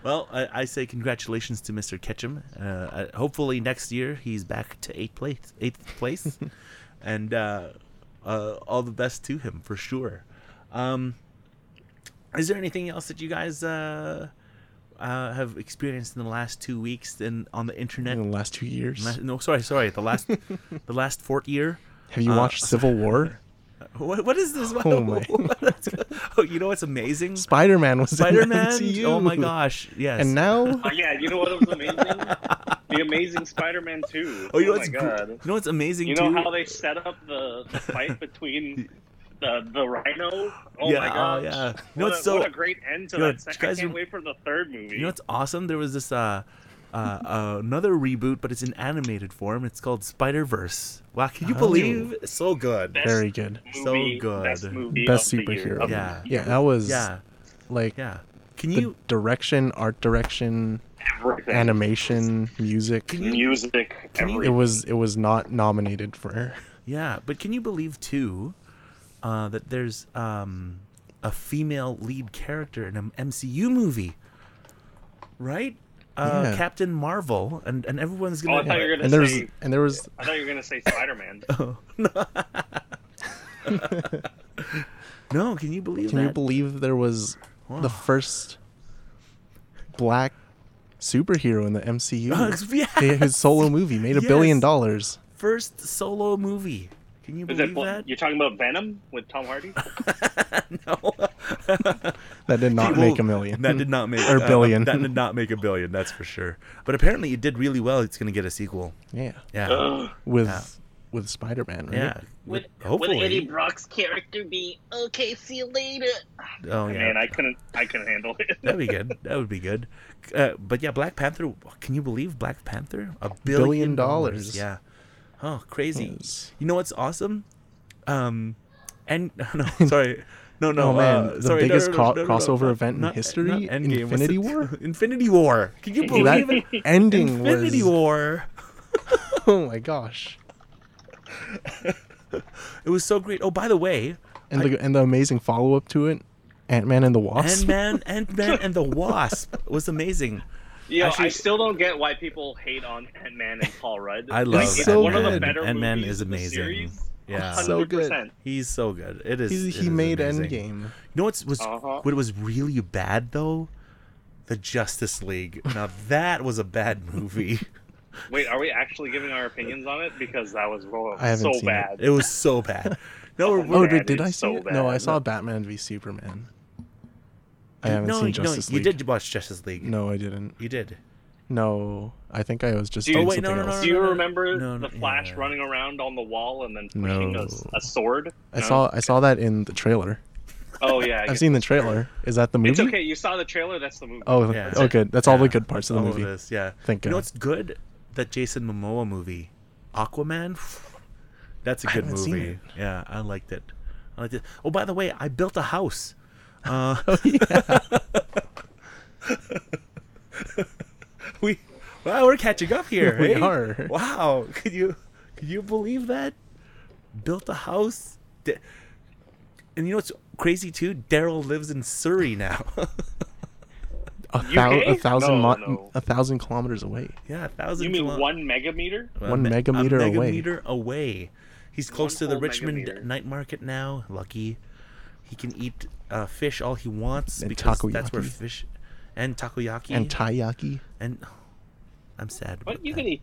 Well, I, I say congratulations to Mr. Ketchum. Uh, uh, hopefully next year he's back to eighth place, eighth place, and uh, uh, all the best to him for sure. Um, is there anything else that you guys uh, uh, have experienced in the last two weeks in, on the internet? In the last two years, La- No, sorry, sorry. The last, the last fort year. have you uh, watched Civil War? What, what is this? Oh my. oh, you know what's amazing? Spider Man was Spider In the Man. MCU. Oh my gosh! Yes. And now, Oh yeah, you know what was amazing? the Amazing Spider-Man 2. Oh, you know my what's gr- god. you know what's amazing You know too? how they set up the, the fight between the the Rhino? Oh Yeah, my oh, god. yeah. You What, know, a, it's so- what a great end to you know, that. Sec- I guys can't rem- wait for the third movie. You know what's awesome? There was this uh, uh, uh, another reboot, but it's in animated form. It's called Spider Verse. Wow, can you Oh. believe? So good. Best very good. so movie, good. Best movie. Best of the year, superhero. of the Yeah. Yeah, that was Yeah, like yeah. Can the you direction, art direction, everything. animation, music. Can you- music, you- It everything. was it was not nominated for. Yeah, but can you believe too uh, that there's um, a female lead character in an MCU movie, right? Uh, Yeah. Captain Marvel, and, and everyone's Oh, I gonna. thought you were And gonna there was say. and there was I thought you were gonna say Spider-Man. no, can you believe Can that? you believe there was the first black superhero in the MCU? Yeah. They- His solo movie made a billion Yes. dollars. First solo movie. Can you Is believe it, that? you're talking about Venom with Tom Hardy? no. That did not Well, make a million. That did not make Or uh, billion. that did not make a billion. That's for sure. But apparently, it did really well. It's going to get a sequel. Yeah, Yeah. Ugh. with Yeah. with Spider Man, right? yeah. Would, would Hopefully. Eddie Brock's character be okay? See you later. oh yeah. Man, I couldn't. I couldn't handle it. That'd be good. That would be good. Uh, but yeah, Black Panther. Can you believe Black Panther? A billion, dollars. Yeah. Oh, crazy. Yes. You know what's awesome? Um, and no, sorry. No, no, Oh, man, uh, the sorry, no, biggest no, cro- no, no, no, crossover not- event in not- history, not Endgame. What's Infinity it? War? Infinity War. Can you believe That it? ending Infinity was War. oh my gosh, It was so great. Oh, by the way, and the and the amazing follow up to it, Ant Man and the Wasp. Ant Man, Ant Man, and the Wasp was amazing. You know, Actually- I still don't get why people hate on Ant Man and Paul Rudd. I love it's so one of the good. better Ant-Man movies is in the amazing. series, Yeah, So good. 100%. he's so good. It is. He, it he is made amazing. Endgame. You know what's was Uh-huh. what was really bad though? The Justice League. Now that was a bad movie. Wait, are we actually giving our opinions on it? Because that was well, I haven't so seen it. bad. It was so bad. No, we're, Oh, Bad did, did is I see so it? No, I bad. saw Batman v Superman. I haven't no, seen Justice no, League. you did watch Justice League. No, I didn't. you did. No, I think I was just Dude, doing Oh, wait, no, something no, no, else. Do you no, no. remember No, no, the Flash yeah. running around on the wall and then pushing No. a, a sword? I No? saw I saw that in the trailer. Oh yeah, I I've guess. seen the trailer. Is that the movie? It's okay. You saw the trailer. That's the movie. Oh, Yeah. oh, good. That's all the Yeah, good parts of the all movie. this, yeah. Thank you know God. what's good? That Jason Momoa movie, Aquaman. That's a I good haven't seen movie. it. Yeah, I liked it. I liked it. Oh, by the way, I built a house. Uh, Oh, we, wow, we're catching up here. We eh? are. Wow, could you could you believe that? Built a house. Da- and you know what's crazy too? Daryl lives in Surrey now. A, thou- a UK? thousand No, mi- no. a thousand kilometers away. yeah, a thousand. you mean kilo- one megameter? A One me- a megameter away. megameter away. He's One close to the whole Richmond megameter. night market now. Lucky, he can eat uh, fish all he wants And because that's where takoyaki. fish and takoyaki And taiyaki. and- I'm sad. But about you that. can eat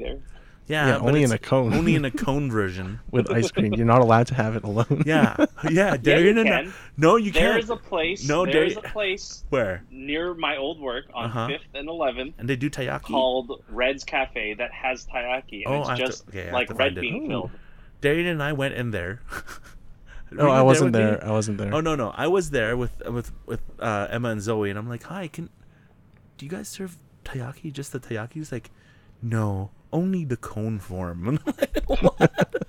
there. yeah, Yeah, but only it's in a cone. Only in a cone version. with ice cream. You're not allowed to have it alone. Yeah, yeah. Darian and I- can. no, you There can't. is a place. No, there- No, there is a place Where near my old work on Uh-huh. Fifth and Eleventh and they do taiyaki. called Red's Cafe that has taiyaki, and Oh, I have it's to- just okay, I have like to red find it. bean filled. Darian and I went in there. Were No, you Oh, I wasn't with me? there. I wasn't there. Oh no, no, I was there with with with uh, Emma and Zoe, and I'm like, "Hi, can do you guys serve taiyaki? Just the taiyaki?" He's like, "No, only the cone form." I'm like, "What?"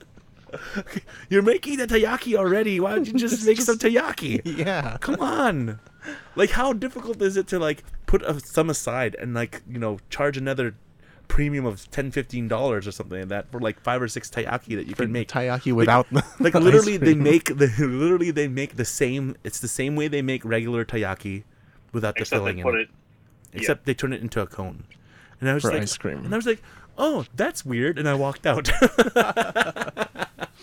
You're making the taiyaki already. Why don't you just make some taiyaki? Yeah. Come on. Like, how difficult is it to like put a, some aside and like you know charge another premium of 10 15 dollars or something like that for like five or six taiyaki that you can make Taiyaki without the- like the ice literally they cream. make the literally they make the same it's the same way they make regular taiyaki without the Except filling they put in it. except they turn it into a cone and i was For like ice cream. and i was like oh that's weird and i walked out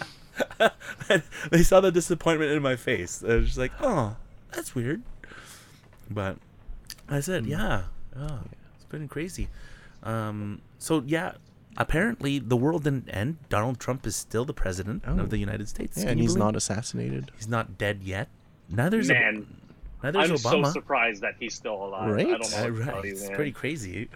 and they saw the disappointment in my face i was just like oh that's weird but i Hmm. said yeah, yeah it's been crazy um so yeah Apparently, the world didn't end. Donald Trump is still the president Oh. of the United States. Yeah, Can and you he's believe- not assassinated. He's not dead yet. Neither is Man, Ob- neither I'm is Obama. so surprised that he's still alive. Right? I don't know. Yeah, What to right. tell you, It's man. pretty crazy.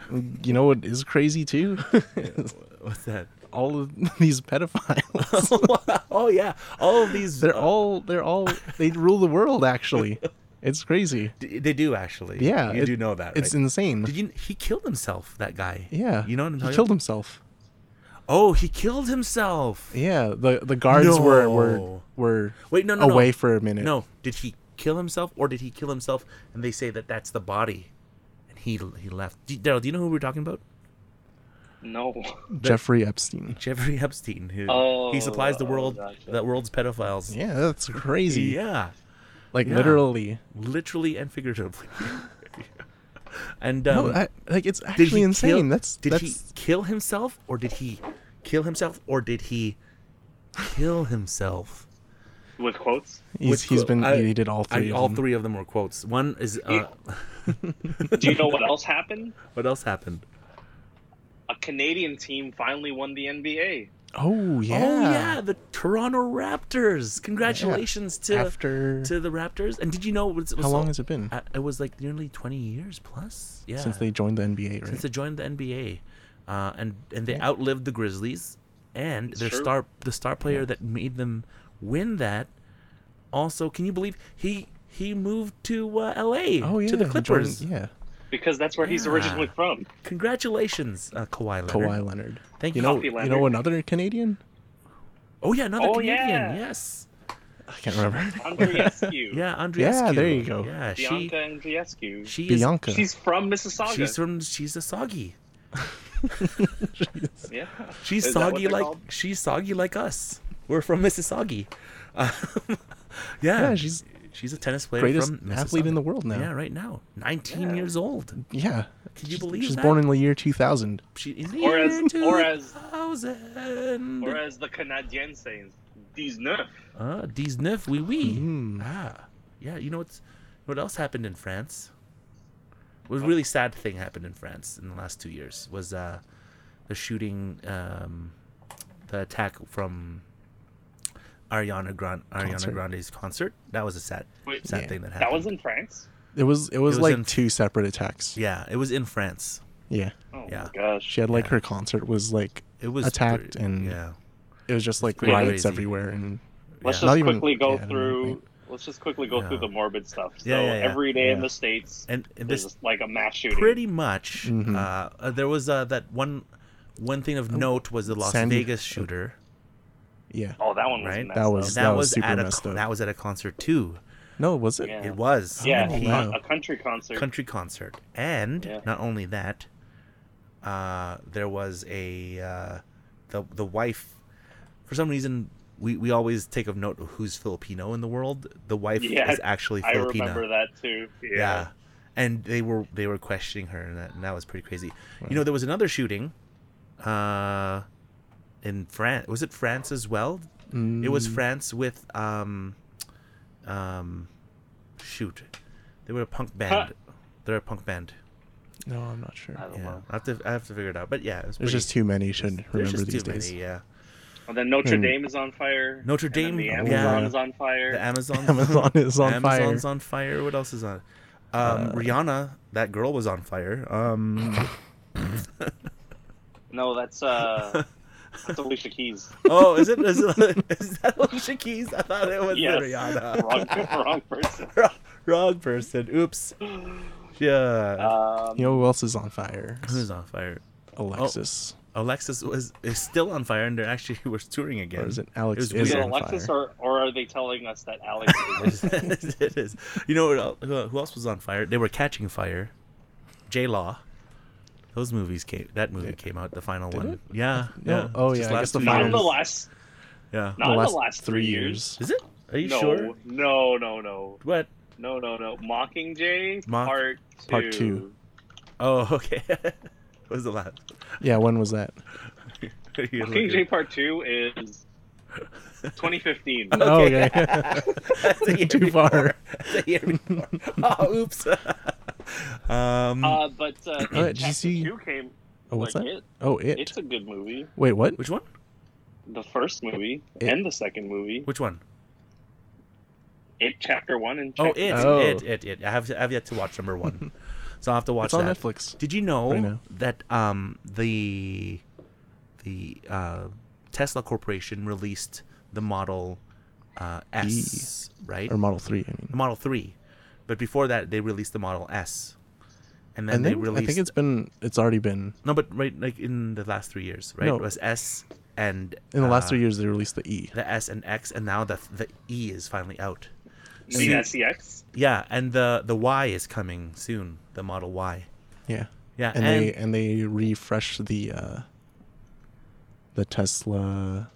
You know what is crazy too? What's that? all of these pedophiles. oh yeah, all of these they're all they're all they rule the world actually. It's crazy. d- they do actually. Yeah, you it- do know that. It's right? insane. Did you? He killed himself. That guy. yeah. You know what I'm He talking killed himself. about? Oh, he killed himself. Yeah, the the guards were were No. were Wait, no, no, no. away for a minute. No, did he kill himself or did he kill himself? And they say that that's the body, and he he left. D- Daryl, do you know who we're talking about? No. Jeffrey Epstein. Jeffrey Epstein, who he Oh, supplies the oh, world, gotcha. the world's pedophiles. Yeah, that's crazy. yeah. Like yeah. literally. literally and figuratively. and um, No, I, like it's did he actually insane. Kill, that's did that's he kill himself or did he kill himself or did he kill himself? With quotes. he's, Which he's quote? been I- he did all three. I, of all them. three of them were quotes. One is uh, Do you know what else happened? what else happened? A Canadian team finally won the NBA. Oh yeah. Oh yeah, the Toronto Raptors. Congratulations to After to the Raptors. And did you know it was, it was how long all- has it been uh, it was like nearly 20 years plus. Yeah. since they joined the NBA? Right. since they joined the NBA, uh, and and they outlived the Grizzlies, and their true. star the star player that made them win that. Also, can you believe he he moved to uh, LA oh yeah. to the he joined- Clippers? yeah. Because that's where he's Yeah. originally from. Congratulations, uh, Kawhi Leonard. Kawhi Leonard. Thank You you. know, Coffee you know Leonard. another Canadian? Oh yeah, another Oh, Canadian. yeah. Yes. I can't remember. Andreescu. Yeah, Andrea. Yeah, there you go. Yeah, she Bianca Andreescu. she is Bianca. She's from Mississauga. she's from she's a soggy. Yeah. She's Is that what soggy they're like called? she's soggy like us. We're from Mississauga. Um, yeah, Yeah, she's She's a tennis player greatest from athlete in the world now. Yeah, right now, 19 years old. Yeah. Can you believe She's that? born in the year 2000. She in the Or year as- or as- 2000. Or as the Canadienses these nerf. Uh, these neuf, oui, oui. Mm. Ah, yeah. You know what's what else happened in France? What really sad thing happened in France in the last two years was uh, the shooting, um, the attack from Ariana Grande Ariana Concert? Grande's concert. That was a sad Wait, sad Yeah. thing that happened. that was in France. It was it was, was like in- two separate attacks. Yeah. yeah, it was in France. Oh Yeah. my gosh. She had like Yeah. her concert was like It was Attacked pretty- and- yeah. it was just like pretty riots crazy. everywhere and Let's yeah. Not just even- quickly go yeah, I don't know, through. right? Let's just quickly go through Yeah. the morbid stuff. So Yeah, yeah, yeah. every day in Yeah. the states, And and there's this like a mass shooting. pretty much Mhm. uh, uh, there was uh, that one one thing of note was the Las Oh, Sandy Vegas shooter. yeah. Oh, that one was Right? messed That up. And was- that, was, super at a messed con- up. that was at a concert too. No, was it? Yeah. It was. yeah, And Oh, he- wow. a country concert. country concert. And Yeah. not only that, uh, there was a uh, the the wife. For some reason, we, we always take of note of who's Filipino in the world. The wife Yeah, is actually I Filipino. remember that too. yeah. and they were they were questioning her, and that, and that was pretty crazy. You know, there was another shooting. Uh, in France, was it France as well? It Mm. was France with um, um, shoot, they were a punk band. They're a punk band. No, I'm not sure. I don't Yeah, know. I have to I have to figure it out. But yeah, it was Oh, There's pretty- just too many. Should there's remember just these too days. Many, yeah, And then Notre Hmm. Dame is on fire. Notre and then Dame, the yeah. Amazon is on fire. the Amazon Amazon is on Amazon's fire. Uh, on fire. What else is on? Um, Rihanna, that girl was on fire. Um, no, that's uh, that's Alicia Keys. oh, is it is, it, is that Alicia Keys? I thought it was Yes. Rihanna. wrong, wrong person. Wrong, wrong person. Oops. Yeah. Um, You know who else is on fire? Who's on fire? Alexis. Alexis was is still on fire, and they're actually we're touring again. Or is it Alex It was is is it on Alexis fire? or, or are they telling us that Alex is it is. You know what el- who- who else was on fire? They were catching fire. J Law. Those movies came. That movie came out. The final Did one. it? Yeah. No. Yeah. Oh, Just yeah, last I guess the two not in years. the final- last Yeah. not in the last three years? Is it? Are you no, sure? no, no, no, What? no, no, no. Mockingjay Mock- part two. Part two. Oh, okay. what was the last? Yeah, when was that? You're Mockingjay part two is 2015. Oh, Okay. okay. That's a year Too far. before. That's a year before. oh, oops. um, uh, but uh, Oh, did It you Chapter see- two came. oh, what's like, that? It, Oh, it. it's a good movie. Wait, what? which one? The first movie It- and the second movie. Which one? It chapter one and Oh, chapter it, Oh. it, it, it. I have, I have yet to watch number one, so I will have to watch It's on that. Netflix. Did you Right know now. that um the the uh, Tesla Corporation released the Model uh, S, right? E. Or Model Three. I the mean, Model Three, but before that they released the Model S, and then and they then I released think it's been. It's already been no, but right like in the last three years, right? No. It was S and in the last uh, three years. They released the E. the S and X, and now the the E is finally out. the SEX. Yeah, and the the Y is coming soon. The Model Y. Yeah, Yeah, and, and, they and they refreshed the uh, the Tesla.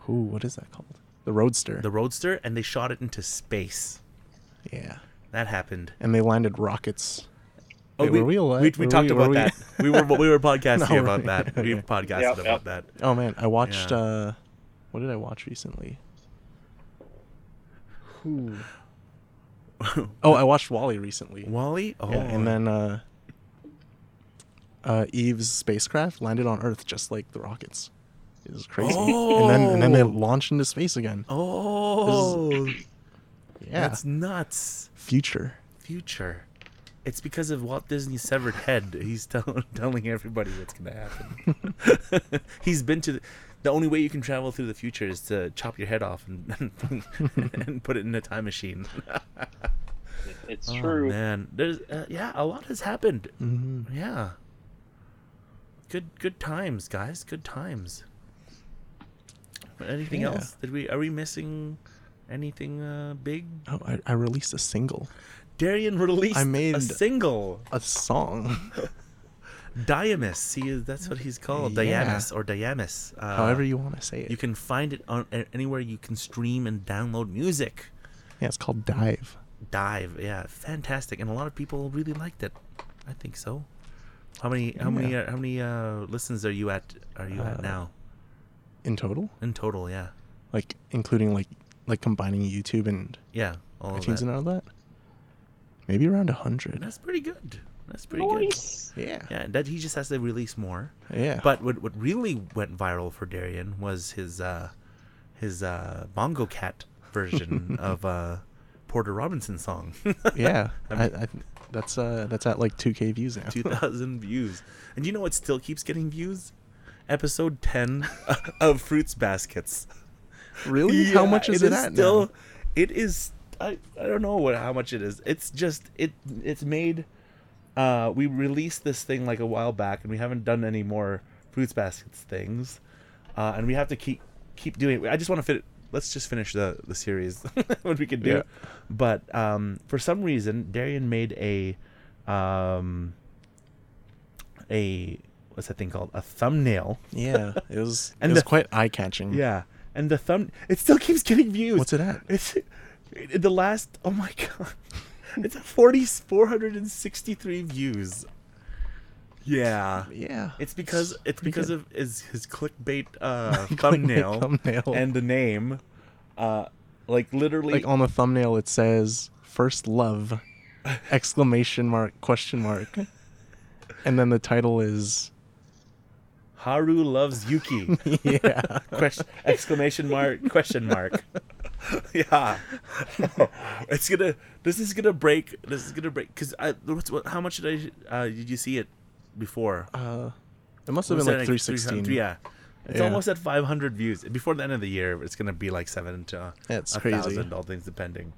Who? What is that called? The Roadster. the Roadster, and they shot it into space. yeah, That happened. and they landed rockets. Wait, were we alive? We, Were talked we- were about we- that. We were we were podcasting No, about we're- that. We okay. podcasted Yep, about yep. that. Oh man, I watched. Yeah. uh What did I watch recently? Who? oh, I watched Wally recently. Wally. Oh, Yeah, and then uh, uh, Eve's spacecraft landed on Earth just like the rockets. It was crazy. And then and then they Oh. launched into space again. oh, Yeah, that's nuts. future. Future. It's because of Walt Disney's severed head. He's tell- telling everybody what's gonna happen. He's been to the, the only way you can travel through the future is to chop your head off and and put it in a time machine. It's Oh, true. man, there's uh, yeah, a lot has happened. Mm-hmm. Yeah. Good good times, guys. Good times. But anything Yeah. else? Did we are we missing anything uh, big? Oh, I, I released a single, Darian released made- a single. a song, Diamus. He is that's what he's called. Yeah. Diamus or Diamus. Uh, however you want to say it. you can find it on a- anywhere you can stream and download music. yeah, it's called Dive. Dive, yeah, fantastic, and a lot of people really liked it. I think so. How many? How many? Uh, how many uh, listens are you at? Are you at Uh, now In total, in total? Yeah. like including like like combining YouTube and Yeah, all of iTunes that. and all that. Maybe around hundred. That's pretty good. That's pretty Nice. Yeah. good. Yeah, that he just has to release more. Yeah. But what what really went viral for Darian was his uh his uh Bongo Cat version of uh Porter Robinson song. yeah. I, I, that's uh that's at like two K views now. 2000 views. And you know what still keeps getting views? Episode 10 of Fruits Baskets. really? How Yeah, much is it, at now? It is I, I don't know what how much it is. It's just it it's made uh we released this thing like a while back and we haven't done any more Fruits Baskets things. Uh and we have to keep keep doing it. I just want to fit it Let's just finish the, the series when we can do. Yeah. it. But um, for some reason, Darian made a um, a what's that thing called a thumbnail Yeah. It was And it was the- quite eye catching. yeah and the thumb it still keeps getting views What's it at? it's it- the last oh my god it's at 40 463 views yeah Yeah. it's because it's pretty because good. of his, his clickbait uh Clickbait thumbnail, thumbnail. and the name uh like literally like oh. on the thumbnail it says first love exclamation mark question mark and then the title is haru loves yuki yeah question, exclamation mark question mark yeah it's gonna this is gonna break this is gonna break because i what's, what, how much did i uh, did you see it before uh it must have Was been that like 316 300, yeah it's Yeah. almost at 500 views before the end of the year it's gonna be like seven to That's a crazy. thousand all things depending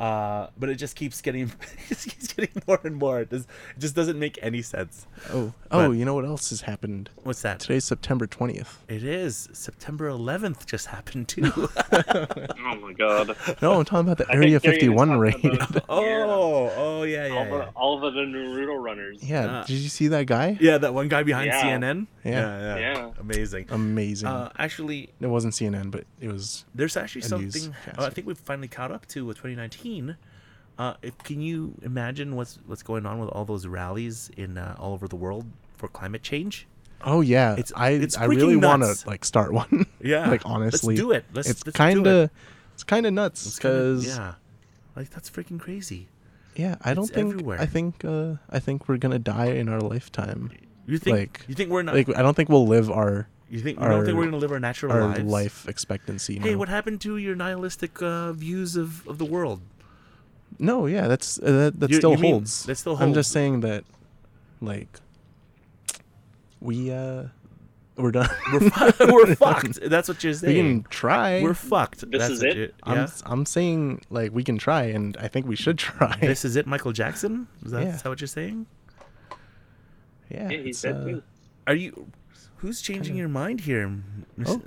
uh, but it just keeps getting it just keeps getting more and more it just, it just doesn't make any sense oh oh But- you know what else has happened what's that today's september 20th it is september 11th just happened too Oh my god. no i'm talking about the I think area Gary 51 raid talked about that. Yeah. Oh, oh yeah, yeah. All the Yeah, all the Naruto runners. yeah Uh, did you see that guy Yeah, that one guy behind Yeah. CNN. Yeah. Um, yeah, Yeah. amazing. amazing Uh, actually, it wasn't cnn but it was there's actually A news something cast. oh, I think we've finally caught up to with 2019. Uh, if, can you imagine what's what's going on with all those rallies in uh, all over the world for climate change? oh yeah It's- it's i it's i freaking really want to nuts. like start one Yeah, like honestly let's do it. Let's, it's let's kind do it. of it's kind of nuts It's kinda- because yeah, like that's freaking crazy. Yeah, I don't It's think everywhere. I think uh, I think we're gonna die in our lifetime. You think Like- you think we're not? Like I don't think we'll live our you think you don't think our- we're gonna live our natural our lives? life expectancy. Hey, no. what happened to your nihilistic uh, views of, of the world? No, yeah, that's uh, that, that You- still you mean holds. that still I'm holds. just saying that, like, we uh, we're done. We're, fu- we're fucked. That's what you're we saying. can try. We're fucked. This That's is what it? you- I'm yeah. s- I'm saying like we can try, and I think we should try. This is it, Michael Jackson. Is that, Yeah. is that what you're saying? yeah, Yeah, he it's, said uh, too. Are you? Who's changing your mind here? Miss- Oh.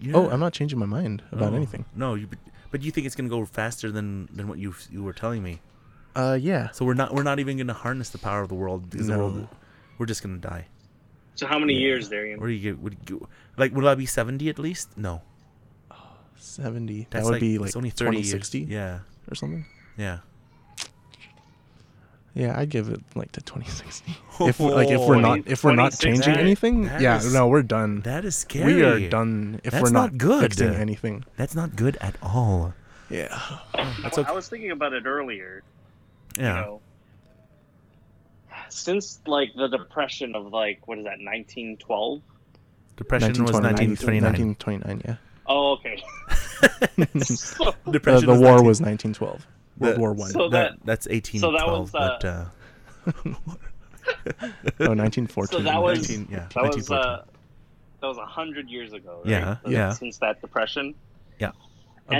yeah. Oh, I'm not changing my mind about Oh. anything. No, you, but- but you think it's gonna go faster than than what you you were telling me. Uh, yeah. So we're not we're not even gonna harness the power of the world because the world No. we're just gonna die. So how many years, Darian? Or you would you, like will I be seventy at least? No, 70. That That's would be like it's only 30 years. 2060 Yeah, or something. yeah. Yeah, I'd give it like to 2060. If we- like if we're not if we're not 2060, changing that- anything, that yeah, is- no, we're done. That is scary. We are done if That's we're not, not good. fixing anything. That's not good at all. Yeah. That's I- okay. I was thinking about it earlier. Yeah. you know since like the depression of like what is that 1912 Depression was 1929. 1929, yeah. oh okay so, Uh, Depression the war 19 was 1912. World The- War 1. So No, that, that- that's 1812. so that was, but, uh, 1914. so that was 19 yeah, that was 1914. uh that was a hundred years ago right? Yeah, So yeah. since that depression About-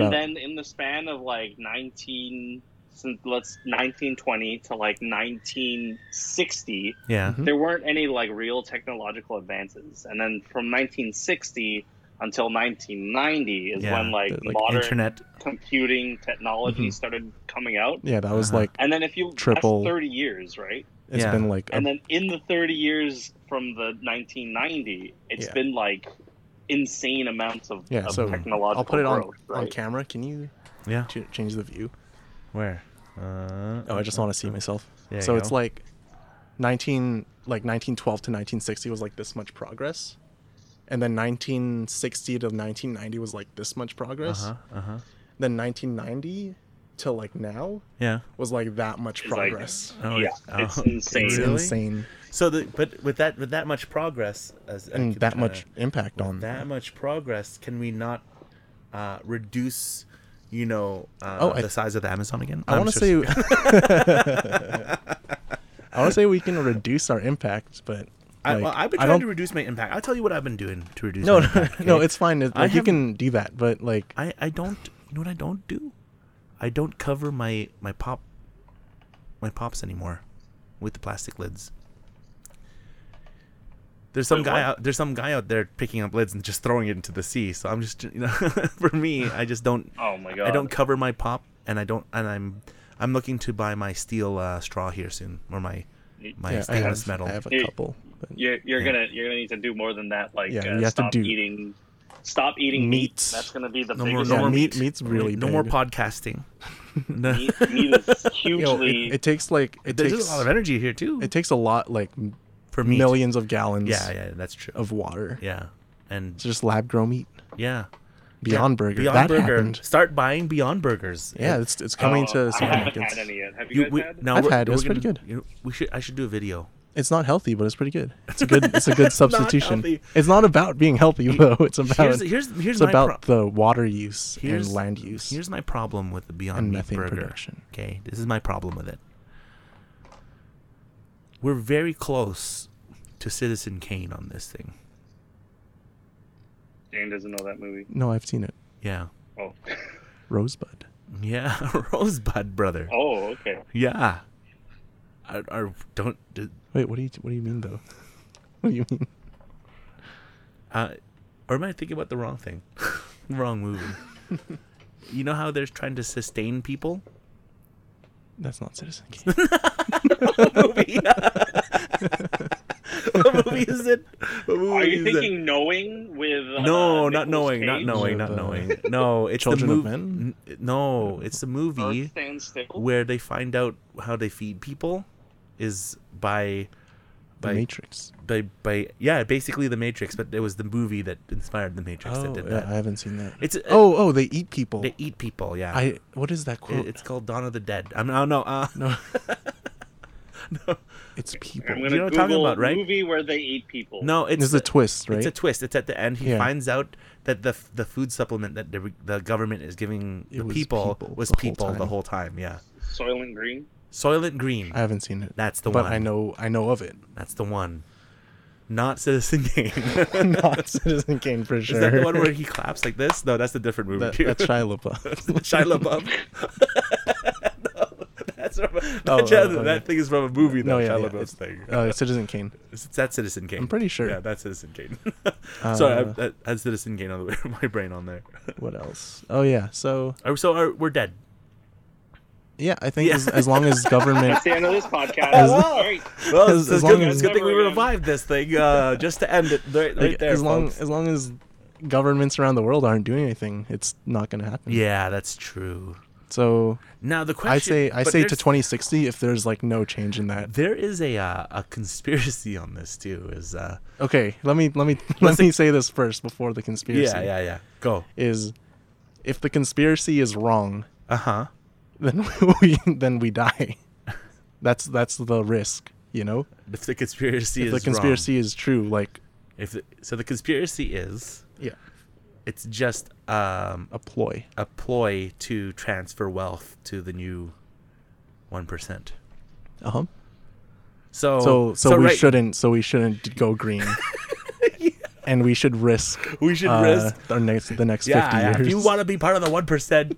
and then in the span of like 19 since let's 1920 to like 1960 yeah, Mhm. there weren't any like real technological advances and then from 1960 until 1990 is Yeah, when like, the, like, modern internet. computing technology Mhm. started coming out yeah, that was Uh-huh. like and then if you that's Triple. 30 years right it's Yeah. been like a, and then in the 30 years from the 1990 it's Yeah. been like insane amounts of, Yeah, of so technological I'll put it on growth, on right? camera. Can you Yeah, ch- change the view? where? Uh, Oh, I just want to see myself. There so you it's go. like 19 like 1912 to 1960 was like this much progress. and then 1960 to 1990 was like this much Uh progress. huh. Uh huh. Then 1990 till like now Yeah. was like that much It's like- progress. Oh, yeah, oh, it's insane. It's Really? insane So, the, but with that with that much progress, as, and uh, Mm, that much impact with on that much progress, can we not uh, reduce, you know, uh, Oh, I- the size of the Amazon again? I I'm want to just- say. I want to say we can reduce our impact, but I, like, well, I've been I trying don't- to reduce my impact. I'll tell you what I've been doing to reduce. my No, no, impact, no, okay? it's fine. It, I like you can haven't- do that, but like I, I don't. You know what I don't do? I don't cover my my pop my pops anymore with the plastic lids. There's some Wait, guy what? out there's some guy out there picking up lids and just throwing it into the sea. So I'm just you know for me I just don't Oh my god! I don't cover my pop and I don't and I'm I'm looking to buy my steel uh, straw here soon or my my yeah, I stainless have, metal. I have a You- couple. but You're you're Yeah. gonna you're gonna need to do more than that. Like Yeah, uh, you have to stop do- eating, stop eating meat. Meats. That's gonna be the No more, biggest. no Yeah, more meat- meat. meat's really no more big. podcasting. No. meat, meat is you hugely. know, it, it takes like it There's takes a lot of energy here too. it takes a lot like m- for meat. millions of gallons Yeah, yeah, that's true. Oh, of water. Yeah, and It's just lab grown meat. yeah, Beyond Yeah, Burger. Beyond that Burger. happened. Start buying Beyond Burgers. Yeah, It- it's it's coming Oh, to I haven't supermarkets. had any yet. Have you, you, guys we, had? now I've we're- had it, we're it's pretty gonna- good. you know, we should. I should do a video. It's not healthy, but it's pretty good. It's a good it's a good substitution. healthy. it's not about being healthy though. It's about Here's here's here's it's my about pro- the water use here's- and land use here's my problem with the Beyond and Meat methane burger. production. Okay, this is my problem with it. We're very close to Citizen Kane on this thing. Jane doesn't know that movie. No, I've seen it. Yeah, Oh, Rosebud. yeah, Rosebud brother. oh, okay. Yeah, I, I don't. Wait, what do you what do you mean though? What do you mean? Uh, or am I thinking about the wrong thing? wrong movie. you know how they're trying to sustain people? That's not Citizen Kane. movie. what movie is it? What movie Are is you it? thinking knowing with? Uh, No, not Nicolas knowing, not Cage? knowing, not The knowing. No, it's Children the of movie. Men? No, it's the Earth movie Stands Still? where they find out how they feed people is by The by Matrix. by by yeah, basically the Matrix. But it was the movie that inspired the Matrix that did Oh, yeah, that. I haven't seen that. It's a- oh, oh, they eat people. Uh, they eat people. Yeah, I what is that quote? It- it's called Dawn of the Dead. I'm no, no, uh, no, no, it's people. I'm gonna You know what I'm Google talking about, right? movie where they eat people. no. It's There's a twist, right? It's a twist. It's at the end. He Yeah. finds out that the the food supplement that the, the government is giving It the was people, people was the whole people the time. whole time. Yeah, Soylent Green. Soylent Green. I haven't seen it. That's the but one. I know I know of it. That's the one. Not Citizen Kane. Not Citizen Kane for sure. Is that the one where he claps like this? No, that's a different movie. That- too. that's Shia LaBeouf. Shia LaBeouf. no, that's from, that, Oh, Shia- oh, oh, that yeah. thing is from a movie. though, No, yeah, Shia yeah, LaBeouf's it's- thing. uh, Citizen Kane. It's- that's Citizen Kane. I'm pretty sure. Yeah, that's Citizen Kane. Sorry, I, Uh, that, that's Citizen Kane on the way my brain on there. What else? Oh yeah. So Are- So are, we're dead. yeah, I think Yeah. as, as long as government That's the end of this podcast. As- All right. Well, As- it's, as it's long good, as- it's a good thing we Never again. revived this thing uh, just to end it right, right like, there. as long folks. as long as governments around the world aren't doing anything, it's not going to happen. yeah, that's true. So Now the question I say I but say to there's- 2060 if there's like no change in that. There is a uh, a conspiracy on this too. Is uh, Okay, let me let me let me say this first before the conspiracy yeah, yeah, yeah. Go. is if the conspiracy is wrong, Uh huh. then we then we die. That's that's the risk, you know. If the conspiracy If is the conspiracy is true, like wrong, if the, so, the conspiracy is yeah, it's just um, a ploy. a ploy to transfer wealth to the new one percent. Uh huh. Uh-huh. Oh, So So so, we right- shouldn't so we shouldn't d- go green. And we should risk we should uh, risk our next the next yeah, fifty yeah, years. If you want to be part of the one percent,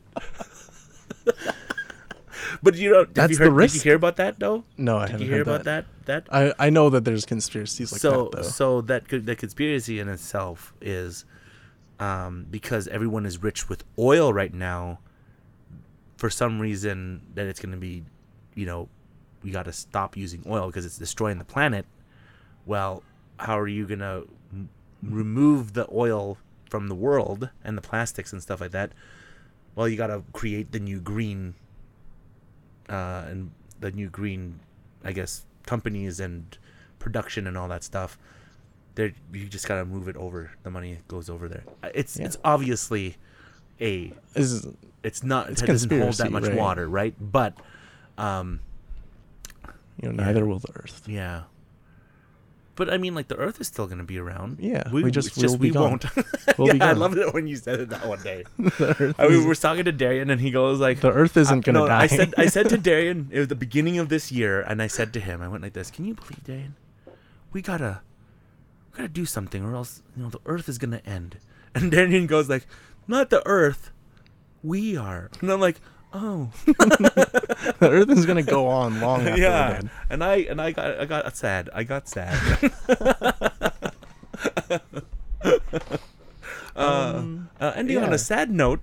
but you know, have That's you the heard, Did risk. you hear about that though? no, I Did haven't you hear heard about that? That, I I know that there's conspiracies like so that though. so that co- the conspiracy in itself is um, because everyone is rich with oil right now. For some reason, that it's going to be, you know, we got to stop using oil because it's destroying the planet. Well, how are you going to m- remove the oil from the world and the plastics and stuff like that? Well, you got to create the new green, uh, and the new green, I guess, companies and production and all that stuff there you just gotta move it over. The money goes over there. Uh, It's Yeah. it's obviously a This is it's not It's it doesn't hold that conspiracy, much right? water, right? But um you know neither will the Earth. yeah. But I mean, like the Earth is still gonna be around. Yeah, we, we just it's just will be we gone. won't. We'll yeah, be I gone. loved it when you said it that one day. the Earth, I mean, is- we were talking to Darian, and he goes like, the Earth isn't gonna no, die. I said, I said to Darian, it was the beginning of this year, and I said to him, I went like this: Can you believe, Darian? We gotta, we gotta do something, or else you know the Earth is gonna end. And Darian goes like, Not the Earth, we are. And I'm like, Oh, the Earth is gonna go on long after we're yeah. dead. And I and I got I got sad. I got sad. uh, uh, ending on Um, yeah. a sad note.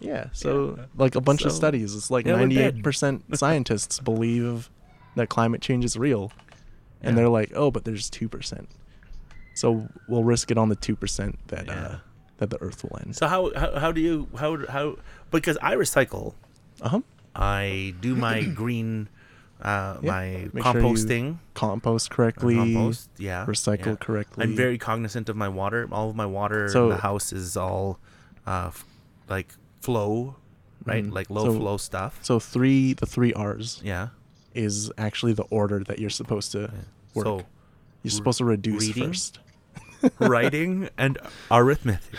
Yeah. So like a bunch of So- studies, it's like Yeah, we're ninety dead. eight percent scientists believe that climate change is real. And they're like, Oh, but there's two percent. So we'll risk it on the two percent that uh Yeah. that the earth will end. So how, how how do you how how because I recycle. uh huh. I do my green, uh, Yeah. my Make sure you composting. Compost correctly. compost, yeah. recycle yeah. correctly. I'm very cognizant of my water. All of my water So- in the house is all, uh, f- like flow, right? Mhm. Like low So- flow stuff. So three the three R's yeah. is actually the order that you're supposed to work. So you're supposed to reduce reading? first. writing and arithmetic.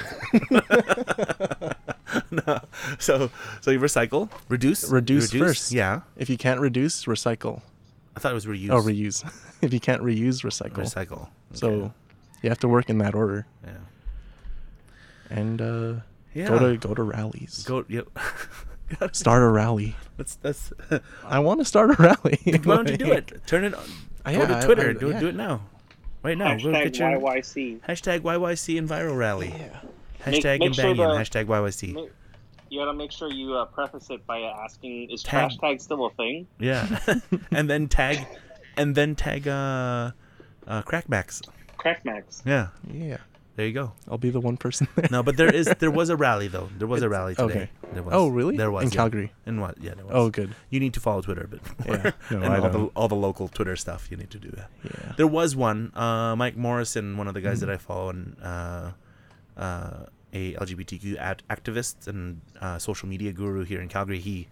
no. So so you recycle, reduce, Reduce first. Yeah. If you can't reduce, recycle. I thought it was reuse. Oh, reuse. if you can't reuse, recycle. recycle. Okay. So you have to work in that order yeah. and uh, Yeah. go to go to rallies. Go. Yep. Start a rally. that's that's. I want to start a rally. Why don't you do Like, it? Turn it. On. I- go yeah, to I- Twitter. I- do, yeah. do it now. Right now. Go Hashtag get your YYC. hashtag YYC and viral rally. Yeah. Hashtag Make- make sure and banging. the- hashtag YYC. Make- You gotta make sure you uh, preface it by asking, is Tag- trash tag still a thing? yeah. and then tag, and then tag uh, uh, crackbacks. Crackmax. Yeah. Yeah. There you go. I'll be the one person there. No, but there is there was a rally though. There was a rally today. okay. There was. Oh, really? There was In yeah. Calgary? In what? Yeah, there was. Oh, good. You need to follow Twitter, but Yeah. No, and I all the don't. all the local Twitter stuff. You need to do that. Yeah. Mm. There was one. Uh, Mike Morrison, one of the guys that I follow, and uh, uh, a LGBTQ act- activist and uh, social media guru here in Calgary. He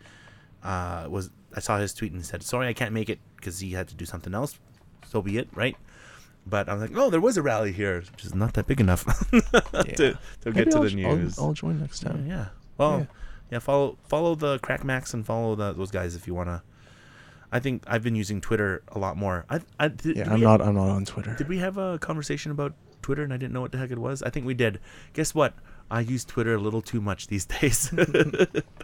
uh, was. I saw his tweet and said, "Sorry, I can't make it because he had to do something else." So be it, right? But I'm like, oh, there was a rally here, which is not that big enough to, to Maybe get to I'll the j- I'll- news. I'll, join next Yeah, time. yeah. Well, Yeah. yeah. Follow follow the Crack Max and follow the, those guys if you wanna. I think I've been using Twitter a lot more. I, I did, Yeah, did I'm we- not. I'm not on Twitter. Did we have a conversation about Twitter and I didn't know what the heck it was? I think we did. Guess what? I use Twitter a little too much these days.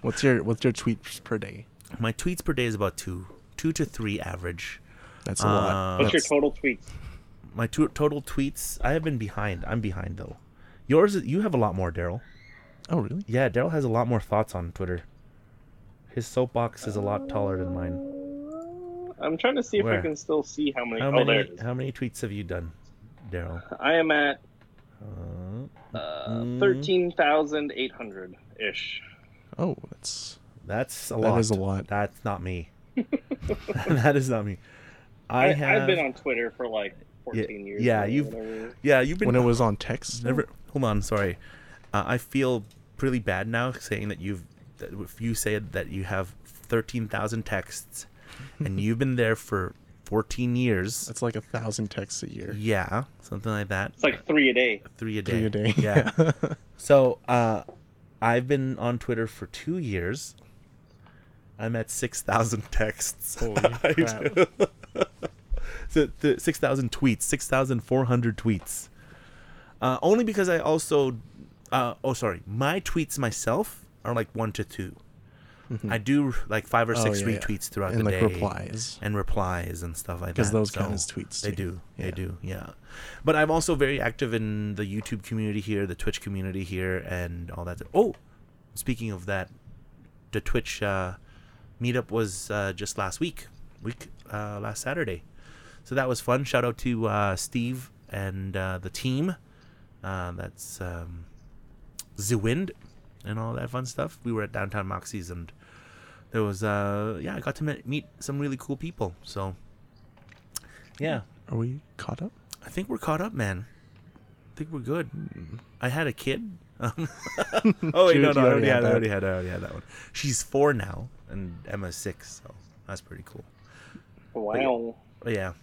What's your What's your tweets per day? My tweets per day is about two, two to three average. That's a lot. Uh, What's your That's- total tweets? My two, total tweets. I have been behind. I'm behind though. Yours, you have a lot more, Daryl. Oh, really? Yeah, Daryl has a lot more thoughts on Twitter. His soapbox is a lot taller than mine. Uh, I'm trying to see if Where? I can still see how many. How oh, there many it is. how many tweets have you done, Daryl? I am at Uh, uh, Mm. 13,800 ish. Oh, that's that's a lot. That is a lot. That's not me. that is not me. I, I, have. I've been on Twitter for like 14 years. yeah, or you've- whatever. Yeah, you've been. when it was on text. never. Hold on, sorry. Uh, I feel pretty bad now saying that you've. That if you said that you have thirteen thousand texts, and you've been there for fourteen years. That's like a thousand texts a year. yeah, something like that. It's like three a day. Three a day. Three a day. Yeah. So uh, I've been on Twitter for two years. I'm at six thousand texts. Holy I crap. do. so the six thousand tweets, six thousand four hundred tweets. Uh, only because I also, uh, oh sorry, my tweets myself are like one to 2 I do like five or Mm-hmm. Oh, six yeah, yeah. retweets throughout and the like day replies. and replies and stuff like that. 'Cause those count as tweets, They too. do. Yeah. They do. Yeah. But I'm also very active in the YouTube community here, the Twitch community here, and all that. Oh, speaking of that, the Twitch uh, meetup was uh, just last week, week uh, last Saturday. So that was fun. Shout out to uh, Steve and uh, the team. Uh, that's um, Zewind and all that fun stuff. We were at downtown Moxie's and there was uh yeah, I got to meet, meet some really cool people. So yeah, Are we caught up? I think we're caught up, man. I think we're good. I had a kid. Um, oh wait, Dude, no, no, you I already already had had, I that. already had, I already had that one. She's four now, and Emma's six, so that's pretty cool. Wow. But yeah,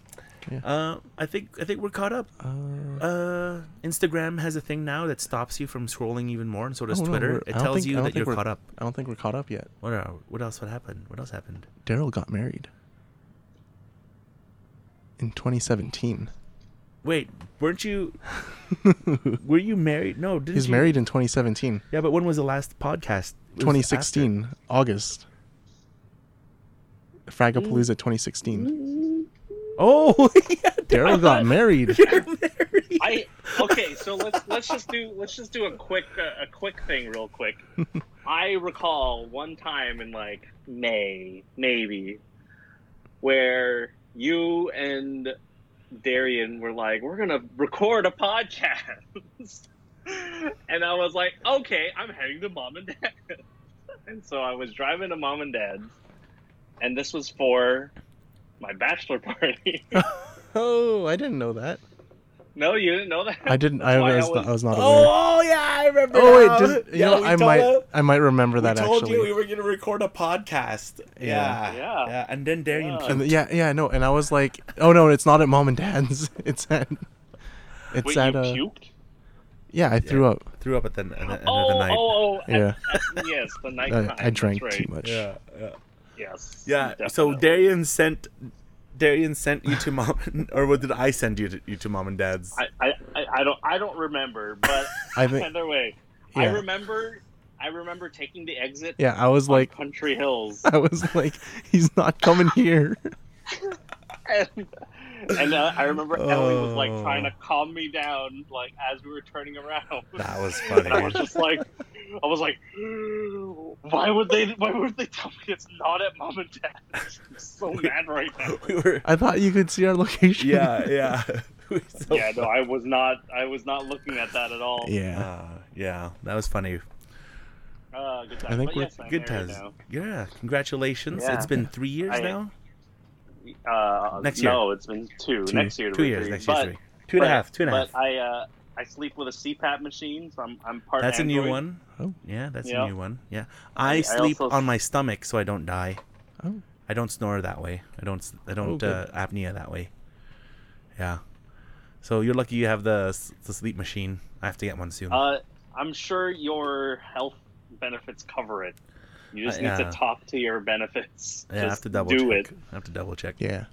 Yeah. Uh, I think I think we're caught up. Uh, Uh, Instagram has a thing now that stops you from scrolling even more, and so does Oh, no, Twitter. we're- I it don't tells think- I you don't that think you're we're- caught up. I don't think we're caught up yet. What are, what else? What happened? What else happened? Daryl got married in 2017. Wait, weren't you? Were you married? No, didn't He's you- married in 2017, Yeah, but when was the last podcast? It was 2016, August. Mm. Fragapalooza 2016. after- Oh, yeah, Daryl got married. they're married. I okay, so let's let's just do let's just do a quick uh, a quick thing real quick. I recall one time in like May, maybe, where you and Darian were like, "We're gonna record a podcast," and I was like, "Okay, I'm heading to mom and dad," and so I was driving to mom and dad's, and this was for my bachelor party. Oh, I didn't know that. no, you didn't know that. I didn't. That's I why was, not, I was not aware. Oh, yeah, I remember. Oh wait, now. did, you yeah, know, we I told might. her- I might remember that we told actually. you we were gonna record a podcast. Yeah, Yeah. Yeah. And then Darian Yeah. yeah. And yeah, yeah, no. And I was like, oh no, it's not at mom and dad's. It's at. It's Wait, at. you uh, puked? yeah, I threw up. threw up at the end of the Oh, night. oh, oh, Yeah, at- yes, the night. Uh, I, I time, drank that's too right. much. Yeah, yeah. Yes. Yeah. So definitely. Darian sent Darian sent you to mom, or what did I send you to you to mom and dad's? I, I, I- I don't, I don't remember, but I think. either way, I Yeah. remember, I remember taking the exit. Yeah, I was like, Country Hills, I was like, he's not coming here. and, and uh, I remember Ellie was like Oh. trying to calm me down, like as we were turning around. that was And I was funny. just like, I was like, why would they? Why would they tell me it's not at mom and dad's? I'm so mad right now. we were. I thought you could see our location. Yeah, yeah. We were so- yeah, no, I was not. I was not looking at that at all. Yeah. Uh, yeah, that was funny. Uh, good time. I think But we're- yes, I'm Good married times. now. Yeah, congratulations. Yeah. It's been three years I- now. Uh, Next No, it's been two. Two. Next year. it'll Two be years. three. Next year's But- three. Two and a but- half. Two and a half. But I, uh, I sleep with a CPAP machine, so I'm, I'm part. That's a new Android. one. Oh. Yeah, that's Yeah. a new one. Yeah. I, I sleep also- on my stomach so I don't die. Oh. I don't snore that way. I don't s- I don't uh, good. apnea that way. Yeah. So you're lucky you have the s- the sleep machine. I have to get one soon. Uh, I'm sure your health benefits cover it. You just Uh, need yeah. to talk to your benefits. yeah, I have just to double do check. it. I have to double check. Yeah.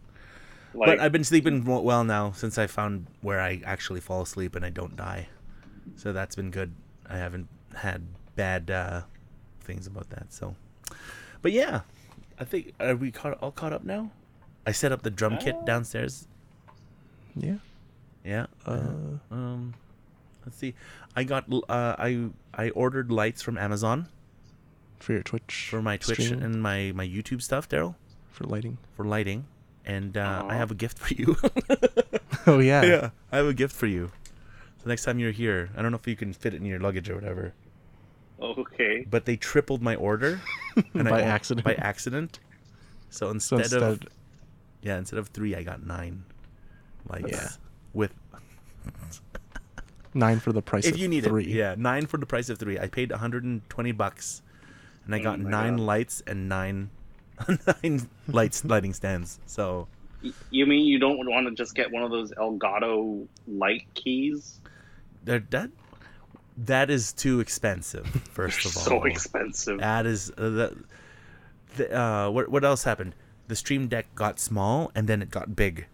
Like, but I've been sleeping mo- well now since I found where I actually fall asleep and I don't die. So that's been good. I haven't had bad uh, things about that. So, but yeah, I think are we caught all caught up now? I set up the drum kit Uh. downstairs. Yeah. Yeah. Uh, Um, let's see. I got l- uh, I I ordered lights from Amazon for your Twitch. for my Twitch stream, and my my YouTube stuff, Daryl, for lighting. for lighting. And uh, I Aw. have a gift for you. Oh yeah. yeah, I have a gift for you. So next time you're here, I don't know if you can fit it in your luggage or whatever, okay. but they tripled my order I By or- accident. By accident. So So instead, instead, of yeah, instead of three, I got nine lights. Yeah. With nine for the price if of you need three. it, yeah, nine for the price of three. I paid 120 bucks, and Oh I got my nine God. lights and nine nine lights lighting stands. So Y- You mean you don't want to just get one of those Elgato light keys? that that that is too expensive. First of all, So expensive. That is uh, the, the uh, what what else happened? The Stream Deck got small and then it got big.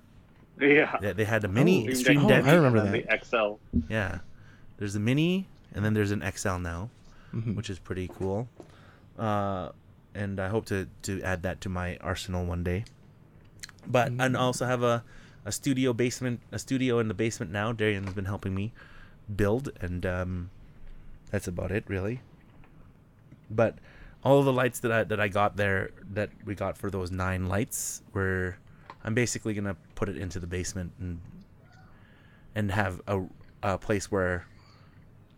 Yeah. They, they had a mini Oh, Stream oh, Deck. I remember and that. The XL. Yeah, there's a mini and then there's an XL now, Mhm. which is pretty cool. Uh, and I hope to to add that to my arsenal one day. But and also have a a studio basement, a studio in the basement now. Darian's been helping me build, and um, that's about it really. But all the lights that I that I got there that we got for those nine lights were I'm basically gonna put it into the basement and and have a a place where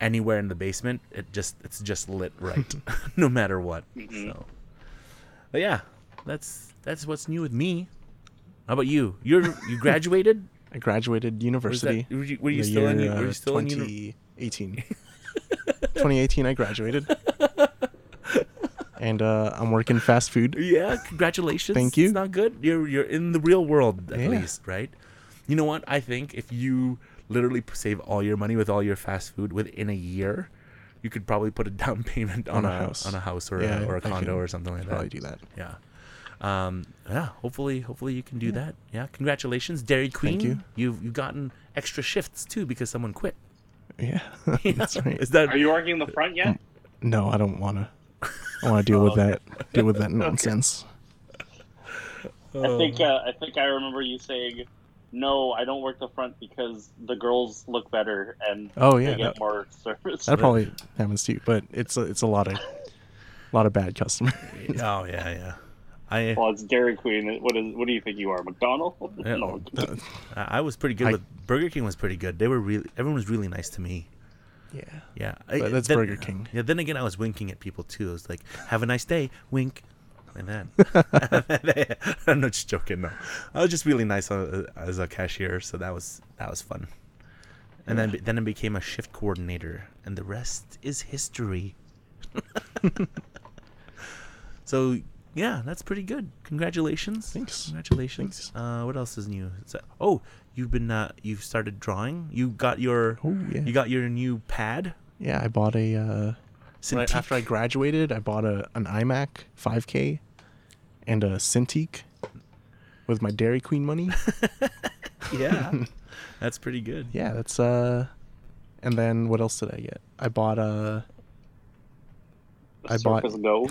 anywhere in the basement it just it's just lit right no matter what. Mhm. So But yeah, that's that's what's new with me. How about you? You're you graduated? I I graduated Was that- university. were you, were you the still in? u- year, Were uh, you still in? uni- 2018. 2018, I graduated. and uh, I'm working fast food. Yeah, congratulations. Thank you. It's not good. You're you're in the real world at Yeah. least, right? You know what? I think if you literally p- save all your money with all your fast food within a year, you could probably put a down payment on, On a a, house. on a house or Yeah, a, or a I can condo or something like Probably that. do that. Yeah. Um, yeah. Hopefully, hopefully you can do that. Yeah. Congratulations, Dairy Queen. you. You've you've gotten extra shifts too because someone quit. Yeah, that's right. Is that Are you arguing the front yet? No, I don't want to. I want to deal with that. Deal with that nonsense. I think uh, I think I remember you saying, "No, I don't work the front because the girls look better and Oh they yeah, get that, more service." that probably happens to you, but it's a, it's a lot of lot of bad customers. Oh yeah, yeah. I Well, it's Dairy Queen. What is? What do you think you are, McDonald? Yeah. No. Uh, I I was pretty good I- with Burger King. Was pretty good. They were really everyone was really nice to me. yeah, Yeah, I- But that's then- Burger King. Yeah, then again, I was winking at people too. I was like, "Have a nice day," wink, like that. I'm not just joking. No, I was just really nice uh, as a cashier, so that was that was fun. And then then I became a shift coordinator, and the rest is history. so yeah, that's pretty good. Congratulations. Thanks. Congratulations. Uh, what else is new? It's, uh, oh, you've been uh, you've started drawing. You got your Oh, yeah. you got your new pad. yeah. I bought a uh, right after I Cintiq. graduated. I bought a an iMac 5K and a Cintiq with my Dairy Queen money. Yeah, that's pretty good. yeah, that's uh. And then what else did I get? I bought a I bought- Surface Go.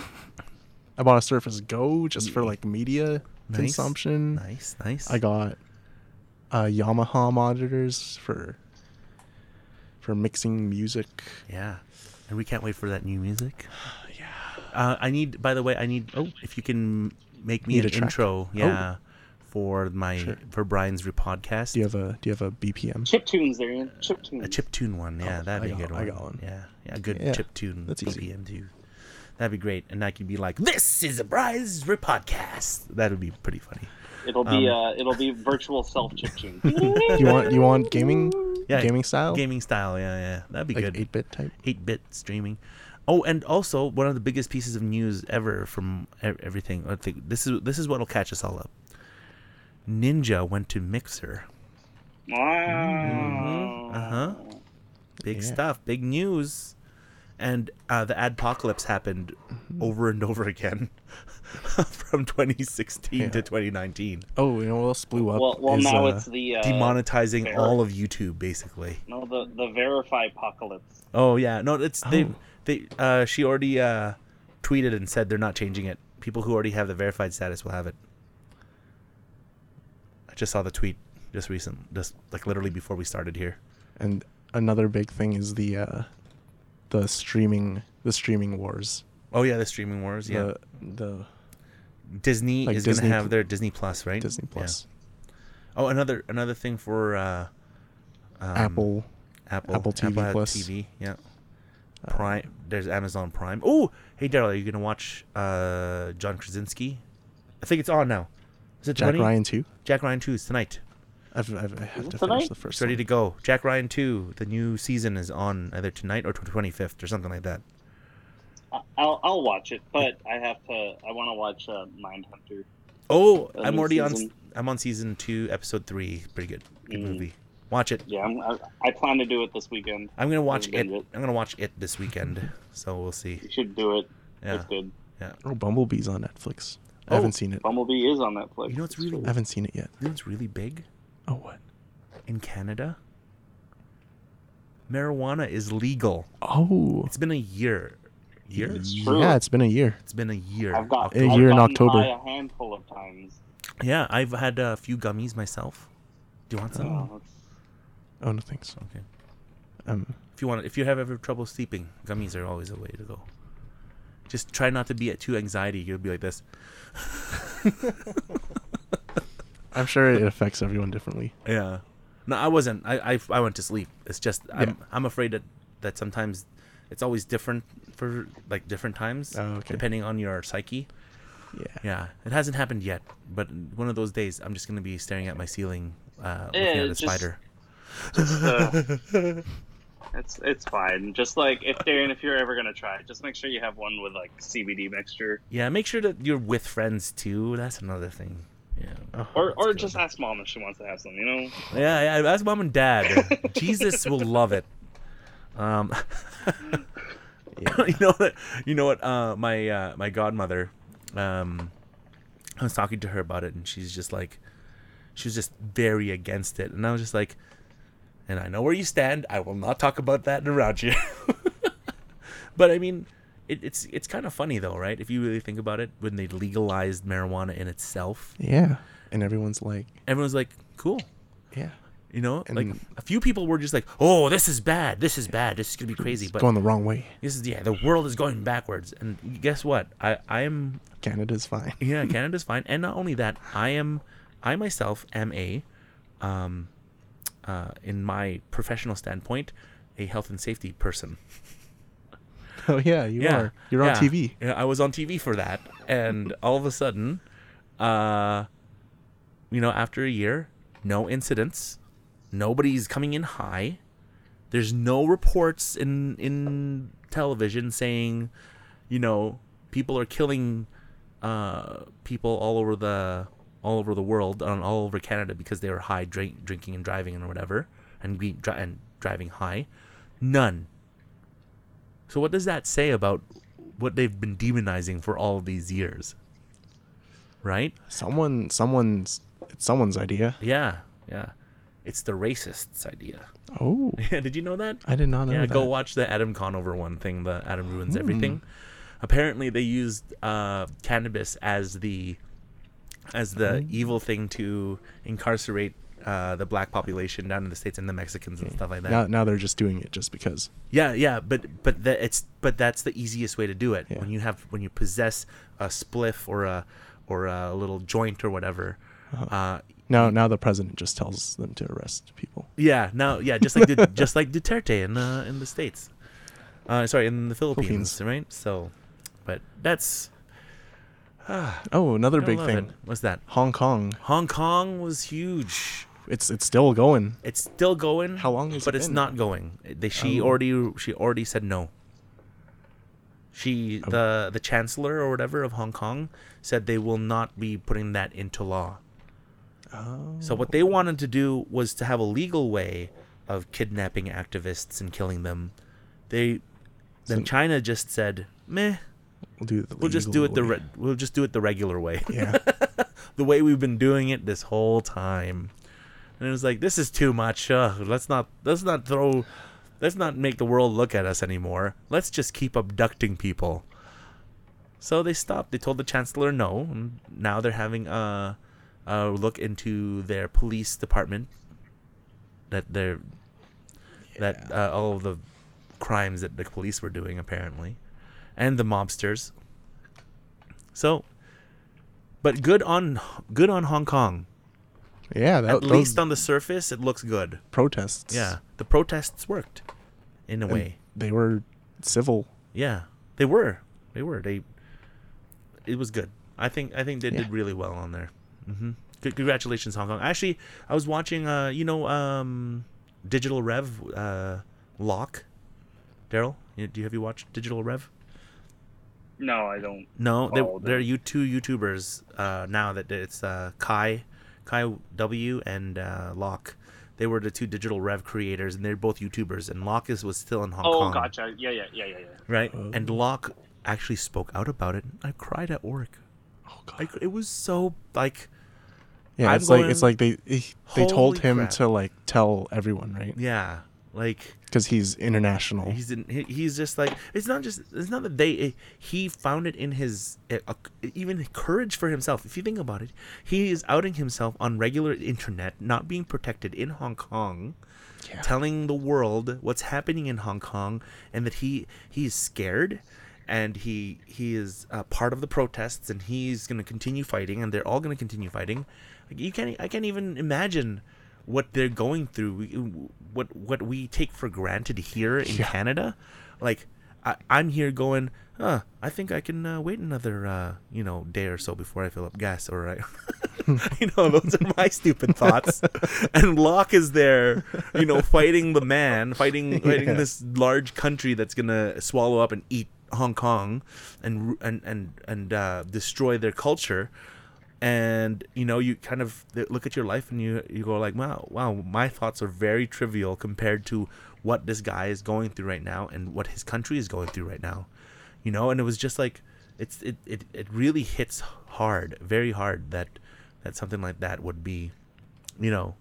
I bought a Surface Go just for like media Nice. consumption. Nice, nice. I got uh, Yamaha monitors for for mixing music. yeah, and we can't wait for that new music. yeah. Uh, I need. By the way, I need. Oh, if you can make me Need an a track? Oh. intro, yeah, for my Sure. for Brian's re podcast. Do you have a Do you have a BPM? Chip tunes, there, Ian. Chip A tunes. chip tune one, yeah, Oh, that'd be I a got- good one. I got one. Yeah, yeah, a good Yeah, chip tune. that's easy. BPM too. That'd be great, and I could be like, "This is a Brian's re podcast." That would be pretty funny. It'll um, be uh, it'll be virtual self chip tune. Do you want Do you want gaming Yeah, gaming style Gaming style, yeah, yeah, that'd be Oh. like good. eight bit type? eight bit streaming. Oh, and also one of the biggest pieces of news ever from e- everything. I think this is this is what'll catch us all up. Ninja went to Mixer. wow. Uh huh. Big Yeah. stuff, big news, and uh, the adpocalypse happened Mm-hmm. over and over again from 2016 to Yeah. 2019, Oh, you know what else blew up? Well, well is, now uh, it's the uh, demonetizing fair. all of YouTube basically. No, the the verify apocalypse. Oh yeah, no, it's they Oh. they uh, she already uh, tweeted and said they're not changing it. People who already have the verified status will have it. I just saw the tweet just recent, just like literally before we started here. and another big thing is the uh, the streaming the streaming wars. Oh yeah, the streaming wars. Yeah, The Disney like is Disney gonna have Pl- their Disney Plus, the right? Disney Yeah. Plus, Oh, another another thing for uh, um, Apple. Apple, Apple TV had Plus. Uh, TV, yeah. Prime. There's Amazon Prime. Oh, hey Daryl, are you gonna watch uh, John Krasinski? I think it's on now. Is it Jack 20? Ryan too. Jack Ryan 2 is tonight. I've, I've, I have it to tonight? finish the first. It's ready one. to go. Jack Ryan 2, the new season is on either tonight or 25th or something like that. I- I'll I'll watch it, but I have to. I want to watch uh, Mindhunter. Oh, The I'm new already on season. I'm on season 2, episode 3. Pretty good. Good Mm. movie. Watch it. Yeah, I'm, I, I plan to do it this weekend. I'm going to watch it. binge it. I'm going to watch it this weekend. So we'll see. You should do it. Yeah. It's good. Oh, Bumblebee's on Netflix. I Oh, haven't seen it. Bumblebee is on Netflix. You know what's really I haven't seen it yet. you know what's really big Oh what? in Canada? Marijuana is legal. Oh, It's been a year. Year? It's true. Yeah, it's been a year. It's been a year. I've got A I've year in gotten October. high A handful of times. Yeah, I've had a few gummies myself. Do you want some? Oh, Oh no, thanks. Okay. Um, If you want, if you have ever trouble sleeping, gummies are always a way to go. Just try not to be at too anxiety. You'll be like this. I'm sure it affects everyone differently. Yeah. No, I wasn't. I I, I went to sleep. It's just I'm I'm afraid that that sometimes it's always different for like different times Oh, okay. depending on your psyche. Yeah. Yeah, it hasn't happened yet, but one of those days I'm just gonna be staring at my ceiling uh, Yeah, looking at a just- spider. Just, uh, it's it's fine. Just like if Darren, if you're ever gonna try, it, just make sure you have one with like CBD mixture, Yeah, make sure that you're with friends too. That's another thing. Yeah. or That's or good. just ask mom if she wants to have some. You know, Yeah, yeah. Ask mom and dad. Jesus will love it. Um, you know what? You know what? Uh, my uh, my godmother. Um, I was talking to her about it, and she's just like, she was just very against it, and I was just like, and I know where you stand. I will not talk about that around you. but I mean, it, it's it's kind of funny though, right? If you really think about it, when they legalized marijuana in itself, yeah. And everyone's like, everyone's like, cool. yeah, You know, like And- a few people were just like, "Oh, this is bad. This is bad. This is gonna be crazy." But going the wrong way. this is yeah, the world is going backwards. And guess what? I I'm Canada's fine. yeah, Canada's fine. And not only that, I am I myself am a um uh in my professional standpoint a health and safety person. Oh yeah, you yeah, are. You're on yeah. TV. Yeah, I was on TV for that, and all of a sudden, uh, you know, after a year, no incidents, nobody's coming in high. There's no reports in in television saying, you know, people are killing uh, people all over the all over the world on all over Canada because they were high drink, drinking and driving and whatever and be, dri- and driving high. None. So what does that say about what they've been demonizing for all these years? Right? Someone, someone's, it's someone's idea. Yeah, yeah. It's the racists' idea. Oh, Yeah, did you know that? I did not know yeah, that. Hmm. go watch the Adam Conover one thing, the Adam ruins everything. Apparently, they used uh, cannabis as the as the Hmm. evil thing to incarcerate uh, the black population down in the states and the Mexicans and stuff like that. now, now they're just doing it just because. Yeah, yeah, but but that it's but that's the easiest way to do it. Yeah. When you have when you possess a spliff or a or a little joint or whatever. Uh-huh. Uh, Now, now the president just tells them to arrest people. yeah, now yeah, just like Du- just like Duterte in uh, in the states. Uh, sorry, in the Philippines, Philippines. right? So, but that's Oh, another I big love thing. it. What's that? Hong Kong. Hong Kong was huge. It's it's still going. It's still going. How long has But it it's been? not going. They, she Oh. already she already said no. Oh. She the the chancellor or whatever of Hong Kong said they will not be putting that into law. Oh, So what they wanted to do was to have a legal way of kidnapping activists and killing them. They then So- China just said, "Meh, we'll do it. The we'll just do it the legal way. re- we'll just do it the regular way." yeah. the way we've been doing it this whole time. And it was like, this is too much. Ugh, let's not let's not throw let's not make the world look at us anymore. Let's just keep abducting people. So they stopped. They told the chancellor no. And now they're having a, a look into their police department that they're that uh, all of the crimes that the police were doing apparently and the mobsters. So but good on good on Hong Kong. Yeah. That, At those least on the surface, it looks good. protests. Yeah, the protests worked, in a and way. They were civil. Yeah, they were. They were. They. It was good. I think. I think they did Yeah. really well on there. hmm Good, congratulations, Hong Kong. Actually, I was watching. Uh, you know, um, Digital Rev, uh, Lock, Daryl. You, do you have you watched Digital Rev? no, I don't. No, they, Oh, they're you two YouTubers uh, now that it's uh, Kai, Kai W and uh, Locke. They were the two digital rev creators, and they're both YouTubers. And Locke is, was still in Hong Oh, Kong, gotcha. Yeah, yeah, yeah, yeah, yeah. right? And Locke actually spoke out about it. I cried at work. Oh God. I, it was so like, yeah. I'm it's like going- it's like they they Holy told him crap. to like tell everyone right yeah, like because he's international. he's in, he, he's just like it's not just it's not that they eh, he found it in his uh, uh, even courage for himself if you think about it he is outing himself on regular internet not being protected in hong kong Yeah. telling the world what's happening in hong kong and that he he is scared and he he is uh, part of the protests and he's going to continue fighting and they're all going to continue fighting like you can't i can't even imagine what they're going through, we- what what we take for granted here in Canada, like I, I'm here going, huh, I think I can uh, wait another, uh, you know, day or so before I fill up gas. All right. you know, those are my stupid thoughts. and Locke is there, you know, fighting the man, fighting, fighting Yeah. this large country that's going to swallow up and eat Hong Kong and, ru- and, and, and uh, destroy their culture. And you know, you kind of look at your life and you you go like, wow, wow, my thoughts are very trivial compared to what this guy is going through right now and what his country is going through right now you know and it was just like it's it, it, it really hits hard very hard that that something like that would be you know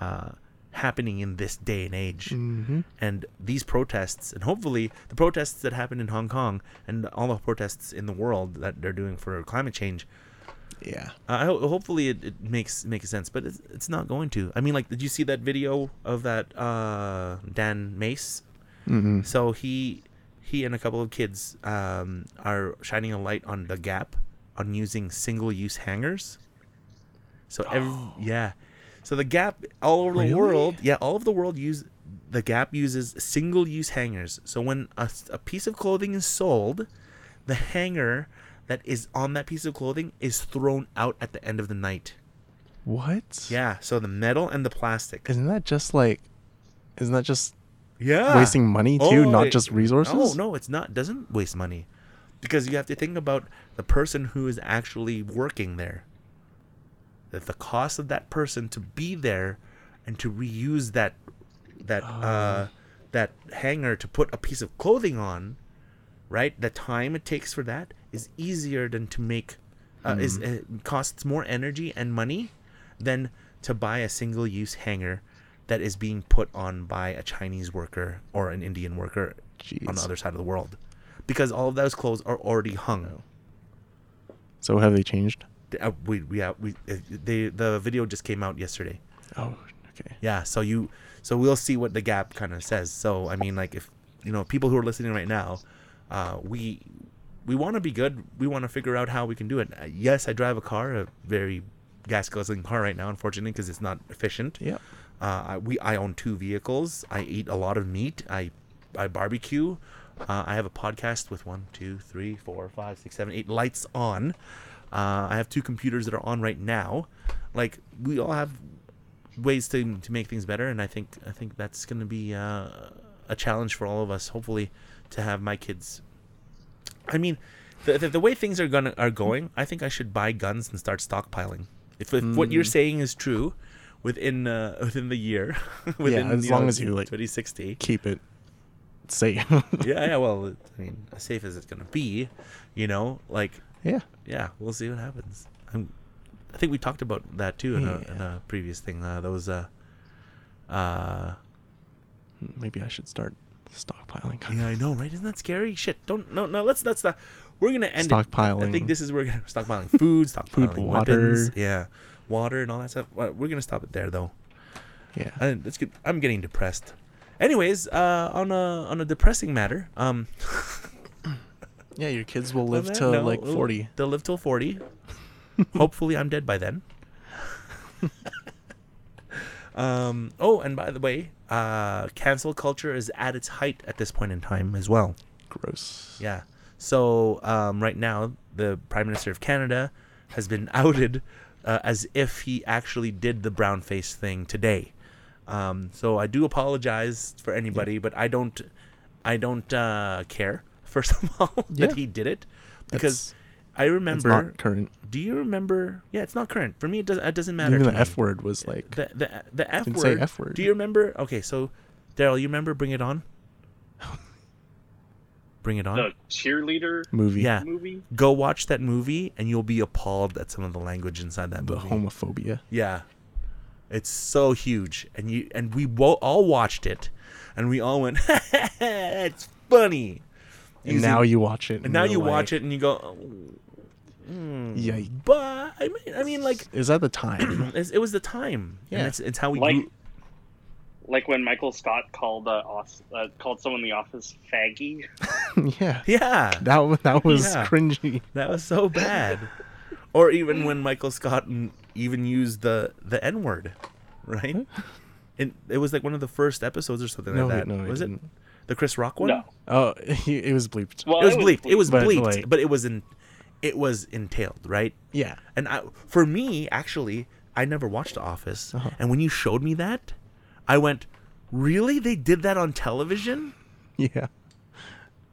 uh happening in this day and age Mhm. and these protests and hopefully the protests that happened in hong kong and all the protests in the world that they're doing for climate change Yeah. uh, I ho- hopefully it, it makes makes sense but it's, it's not going to i mean like did you see that video of that uh dan mace Mm-hmm. so he he and a couple of kids um, are shining a light on the gap on using single-use hangers. So every, yeah, so the gap all over Really? the world, yeah, all over the world use the gap uses single-use hangers. So when a, s- a piece of clothing is sold, the hanger that is on that piece of clothing is thrown out at the end of the night. What? Yeah, so the metal and the plastic. Isn't that just like? Isn't that just Yeah, wasting money too, Oh, not it- just resources? No, no, it's not. It doesn't waste money because you have to think about the person who is actually working there. That the cost of that person to be there and to reuse that that Oh. uh, that hanger to put a piece of clothing on, right? The time it takes for that is easier than to make uh, is it costs more energy and money than to buy a single use hanger that is being put on by a Chinese worker or an Indian worker on the Jeez. other side of the world because all of those clothes are already hung. So have they changed? Th- uh, We, we, uh, we, uh, they, the video just came out yesterday. Oh, okay. Yeah, so you so we'll see what the gap kind of says. So I mean like if you know people who are listening right now, uh we we want to be good. We want to figure out how we can do it. Uh, yes, I drive a car, a very gas guzzling car right now unfortunately because it's not efficient. Yeah. Uh, I, we I own two vehicles. I eat a lot of meat. I I barbecue. Uh, I have a podcast with one, two, three, four, five, six, seven, eight lights on. Uh, I have two computers that are on right now. Like we all have ways to to make things better, and I think I think that's going to be uh, a challenge for all of us. Hopefully, to have my kids. I mean, the the, the way things are gonna are going, I think I should buy guns and start stockpiling. If, if what Mm. you're saying is true, within uh, within the year, within as long as you, like- 2060. Keep it safe. yeah, yeah. Well, I mean, as safe as it's gonna be, you know, like yeah. yeah, we'll see what happens. I'm, I think we talked about that too in, a, in a previous thing. Uh, those uh, uh, Maybe I should start stockpiling. Yeah, I know, right? Isn't that scary? Shit, don't no no. Let's let's not. We're gonna end it- I think Stockpiling. this is where we're gonna stockpiling food, stockpiling water. weapons, yeah, water and all that stuff. Well, We're gonna stop it there though. Yeah. I, that's good. I'm getting depressed. Anyways, uh, on a on a depressing matter, um, Yeah, your kids will on live that to note, like we'll- 40. They'll live till forty. Hopefully, I'm dead by then. um. Oh, and by the way, uh, cancel culture is at its height at this point in time as well. Gross. Yeah. So um, right now, the Prime Minister of Canada has been outed uh, as if he actually did the brown face thing today. Um, so I do apologize for anybody, but I don't, I don't uh, care. First of all, Yeah. that he did it because That's- I It's remember. not current. do you remember? Yeah, it's not current for me. It, does, it doesn't matter. Even to the me F word was like, the the the F Didn't word. say F word. Do you remember? Okay, so Daryl, you remember Bring It On? Bring It On. The cheerleader movie. Yeah. movie. Go watch that movie, and you'll be appalled at some of the language inside that The movie. homophobia. Yeah, it's so huge, and you and we wo- all watched it, and we all went, "It's funny." And Using- now you watch it. and now you watch it, and you go, oh, Yikes. "But I mean, I mean, like Is that the time? it's, it was the time. Yeah. and it's, it's how we Like- grew- Like when Michael Scott called uh, off, uh, called someone in the office faggy. yeah. Yeah, That, wa- that was Yeah. cringy. That was so bad. or even when Michael Scott n- even used the the N word, right? And it was like one of the first episodes or something No, like wait, that. no, he was it didn't. the Chris Rock one? No. Oh, it was bleeped. Well, it was bleeped. It was But, bleeped, like- but it was in, it was entailed, right? Yeah. And I, for me, actually, I never watched The Office, Uh-huh. and when you showed me that, I went, "Really? They did that on television? Yeah.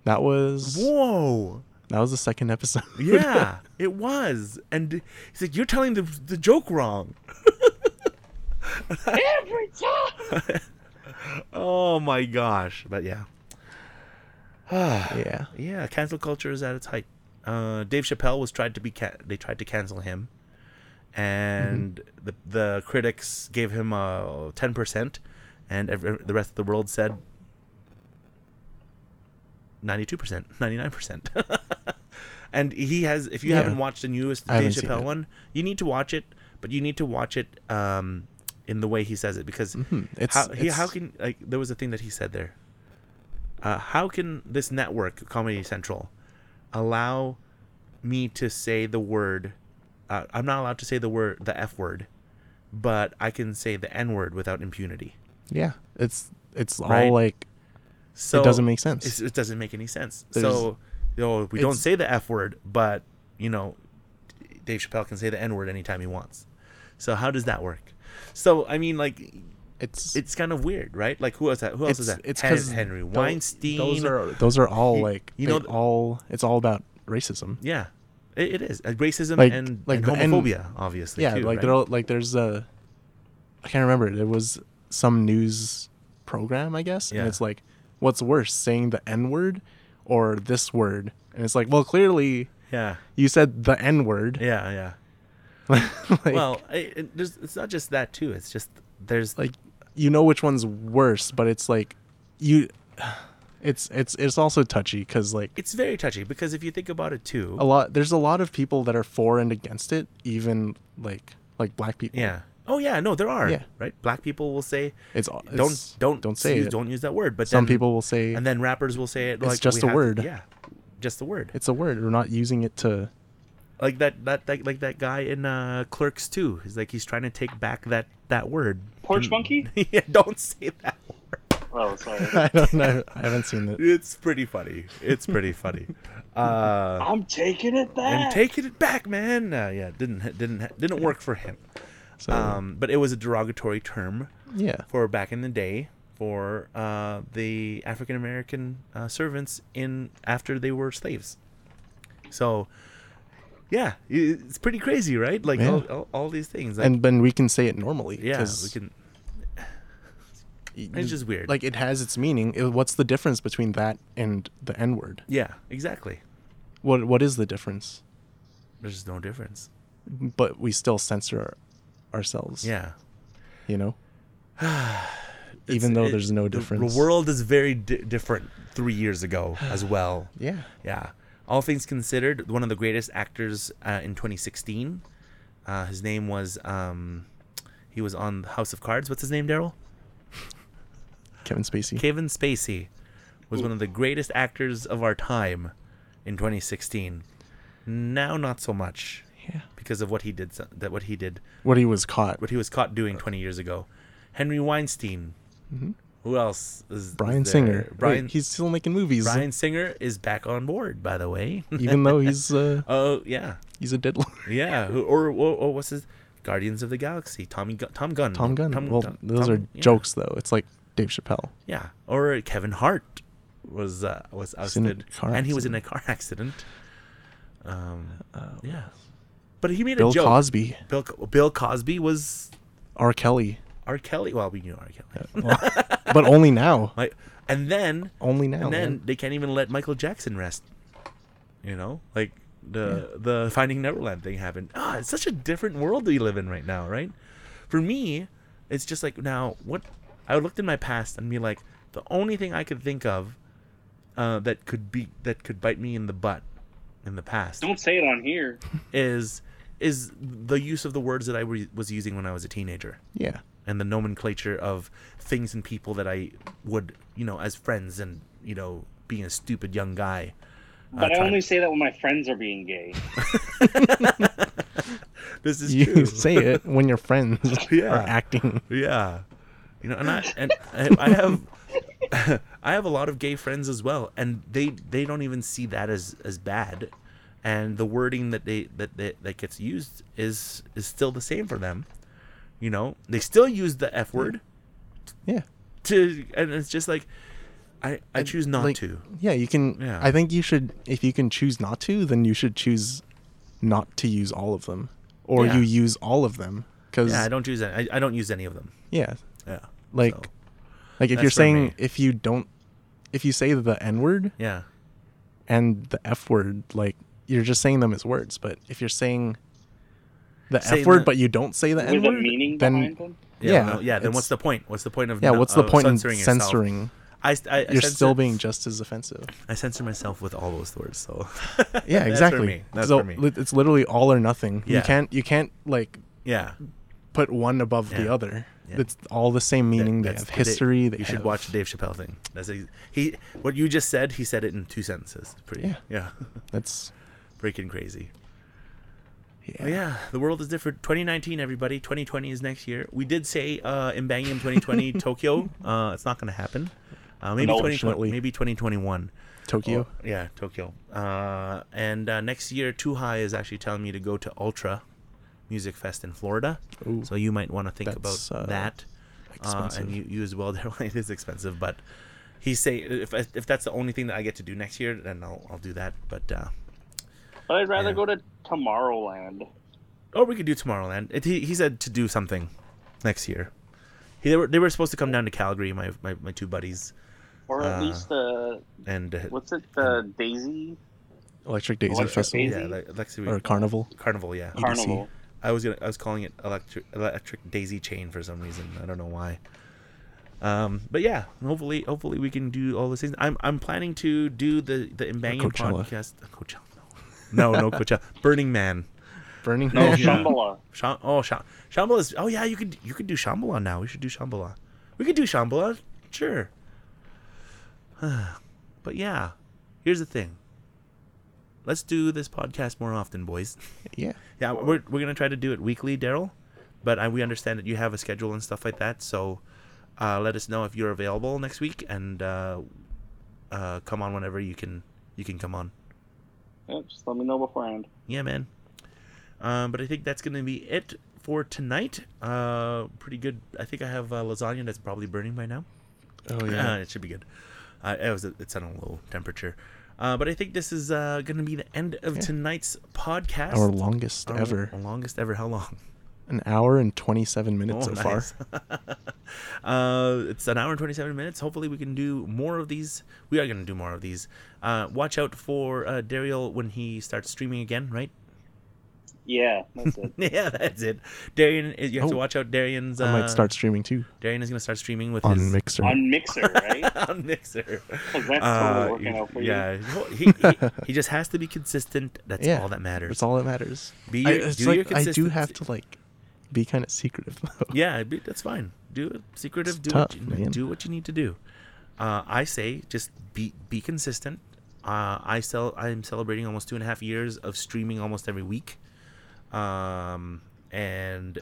That was Whoa!" that was the second episode. Yeah, it was. And he's like, "You're telling the the joke wrong." every time. Oh my gosh! But yeah, yeah. yeah, cancel culture is at its height. Uh, Dave Chappelle was tried to be ca- they tried to cancel him, and Mm-hmm. the the critics gave him a ten percent, and ev the rest of the world said ninety two percent, ninety nine percent. And he has, if you Yeah. haven't watched the newest I Dave haven't seen Chappelle it. one, you need to watch it, but you need to watch it um, in the way he says it because Mhm. It's, how, he, it's- how can like there was a thing that he said there. Uh, how can this network, Comedy Central, allow me to say the word? Uh, I'm not allowed to say the word, the F word, but I can say the N word without impunity. yeah. It's it's Right. all like So it doesn't make sense. it's- It doesn't make any sense. There's- so, you know, we don't it's- say the F word, but you know, Dave Chappelle can say the N word anytime he wants. So how does that work? So I mean, like, it's it's kind of weird, right? Like, who else? That, who else is that? It's Hen- because Henry Weinstein. Those are those are all He- like you you know know th- all it's all about racism. Yeah, it, it is Uh, racism Like- and, and like the N- homophobia, obviously. yeah, too, like right? they're all, like there's a I can't remember. There was some news program, I guess, Yeah. and it's like what's worse, saying the N word or this word? And it's like, well, clearly yeah, you said the N word. yeah, yeah. like, well, it, it, there's, it's not just that too. It's just there's like you know which one's worse, but it's like you it's it's it's also touchy cuz like it's very touchy because if you think about it too, a lot there's a lot of people that are for and against it even like like black people yeah. Oh yeah, no, there are Yeah. right. Black people will say it's, it's don't don't don't say use, it don't use that word. But some then, people will say and then rappers will say it. like, just we a have to- word. yeah, just the word. it's a word we're not using it to like that that, that like that guy in uh, Clerks too. He's like he's trying to take back that that word. Mm. Porch monkey? yeah, don't say that. Oh, sorry. i don't know i haven't seen it It's pretty funny. It's pretty funny. Uh, I'm taking it and back. taking it back, man. Uh, yeah, didn't didn't didn't work for him. so Um, but it was a derogatory term yeah for back in the day for uh, the African American uh, servants in after they were slaves. So, yeah, i- it's pretty crazy, right? Like Yeah. all, all, all these things. Like, and then we can say it normally yeah, 'cause we can. y- It's just weird. like it has its meaning It- what's the difference between that and the n word Yeah, exactly. what what is the difference There's just no difference. but we still censor our, ourselves Yeah. you know even though It- there's no the- difference The world is very di- different three years ago as well. yeah Yeah. All things considered, one of the greatest actors uh, in 2016. Uh, his name was, um, he was on House of Cards. What's his name, Daryl? kevin spacey Kevin Spacey was one of the greatest actors of our time in 2016. Now, not so much yeah because of what he did. so- That what he did, what he was caught what he was caught doing 20 years ago. Henry Weinstein. Who else? Is, is Mm-hmm. Brian there? Singer. Brian. Wait, he's still making movies, Brian Singer is back on board, by the way. even though he's uh, Oh yeah, he's a deadline. yeah. Who- Or, or, or what's his Guardians of the Galaxy? Tommy Gu- Tom Gunn. Tom Gunn. well, Tom- those Tom- are yeah. jokes though. It's like Dave Chappelle. Yeah. Or Kevin Hart was uh, was in a ousted, car and he was in a car accident. Um, yeah, but he made a Uh, Bill joke. Cosby, Bill Co- Bill Cosby was R. Kelly, R. Kelly. Well, we knew R. Kelly. but only now. Like, and then Only now. and then man. they can't even let Michael Jackson rest. You know, like the the Finding Neverland thing happened. Ah, it's such a different world we live in right now, right? For me, it's just like now what I looked in my past and be like, the only thing I could think of uh, that could be that could bite me in the butt in the past Don't say it on here. Uh, is is the use of the words that I re- was using when I was a teenager Yeah. and the nomenclature of things and people that I would, you know, as friends and, you know, being a stupid young guy. uh, But I trying- only say that when my friends are being gay. this is true. You say it when your friends Yeah. are acting. Yeah. You know, and I and I, I have I have a lot of gay friends as well, and they they don't even see that as as bad, and the wording that they that that, that gets used is is still the same for them. You know, they still use the f word. Yeah. To and it's just like, I I choose not like, to. Yeah, you can. Yeah. I think you should. If you can choose not to, then you should choose not to use all of them, or Yeah. you use all of them. Because Yeah, I yeah, don't choose any. I, I don't use any of them. Yeah. like, So, like if that's you're for saying me. if you don't, if you say the N word yeah. and the F word, like you're just saying them as words. But if you're saying the Say F word, the- but you don't say the N with a word, meaning then- behind them. Yeah. Yeah, no, yeah. Then what's it's- the point? What's the point of yeah, no- what's the of point in censoring? yourself? censoring? I, st- I, I You're still censor- being just as offensive. I censor myself with all those words. So Yeah, exactly. That's for me. That's so for me. li- it's literally all or nothing. Yeah. You can't you can't like yeah. put one above Yeah. the other. Yeah. It's all the same meaning. That- they have that's the history. Dave- they you should have- watch the Dave Chappelle thing. That's ex- he. What you just said, he said it in two sentences. Pretty, yeah, Yeah. yeah, That's freaking crazy. yeah. But yeah, the world is different. 2019, everybody. 2020 is next year. We did say uh, in Bangium 2020 Tokyo. Uh, it's not going to happen. Uh, maybe 2020, Unfortunately. maybe 2021. Tokyo. Oh, yeah, Tokyo. Uh, and uh, next year, Too High is actually telling me to go to Ultra Music Fest in Florida. Ooh. So you might want to think That's, about uh, that. Uh, expensive. and you, you as well. It is expensive, but he's saying if if that's the only thing that I get to do next year, then I'll I'll do that. But uh, But I'd rather Yeah. go to Tomorrowland. or we could do Tomorrowland. It, he he said to do something next year. He, they were they were supposed to come down to Calgary. My my, my two buddies Or at Uh, least the and uh, what's it, the Daisy Oh. Electric Daisy Electric Festival yeah, like, Lexi, or Carnival. Carnival. Yeah, EDC. Carnival. I was gonna. I was calling it electric electric daisy chain for some reason. I don't know why. Um, but yeah, hopefully, hopefully we can do all those things. I'm I'm planning to do the the Imbangian Coachella. podcast. Coachella. No, no, no Coachella. Burning Man. Burning No, Yeah. Man. Shambhala. Sham- oh, Sham- Shambhala is. Oh yeah, you could you could do Shambhala now. We should do Shambhala. We could do Shambhala. Sure. but yeah, here's the thing. Let's do this podcast more often, boys. Yeah. Yeah, we're we're gonna try to do it weekly, Daryl. But I, we understand that you have a schedule and stuff like that. So uh, let us know if you're available next week and uh, uh, come on whenever you can. You can come on. Yep, just let me know beforehand. Yeah, man. Um, but I think that's gonna be it for tonight. Uh, pretty good. I think I have uh, lasagna that's probably burning by now. Oh Yeah, yeah. it should be good. Uh, it was it's at a low temperature. Uh, but I think this is uh, gonna be the end of Yeah. tonight's podcast. Our longest Our ever. longest ever. How long? An hour and twenty-seven minutes Oh, so far. nice. uh, it's an hour and 27 minutes. Hopefully, we can do more of these. We are going to do more of these. Uh, watch out for uh, Daryl when he starts streaming again, right? Yeah, that's it. yeah, that's it. Darian, is- you have to Oh. watch out. Darian's. Uh, I might start streaming too Darian is going to start streaming with on his Mixer. On Mixer, right? on Mixer. 'Cause that's Uh, totally working out for you. yeah, he, he, he just has to be consistent. That's Yeah, all that matters. That's all that matters. Be I, your- it's do like, your I do have consistency. to like be kind of secretive though. Yeah, be, that's fine. Do it secretive. do tough, what you, man. do what you need to do. Uh, I say just be be consistent. Uh, I sell. I'm celebrating almost two and a half years of streaming almost every week, um, and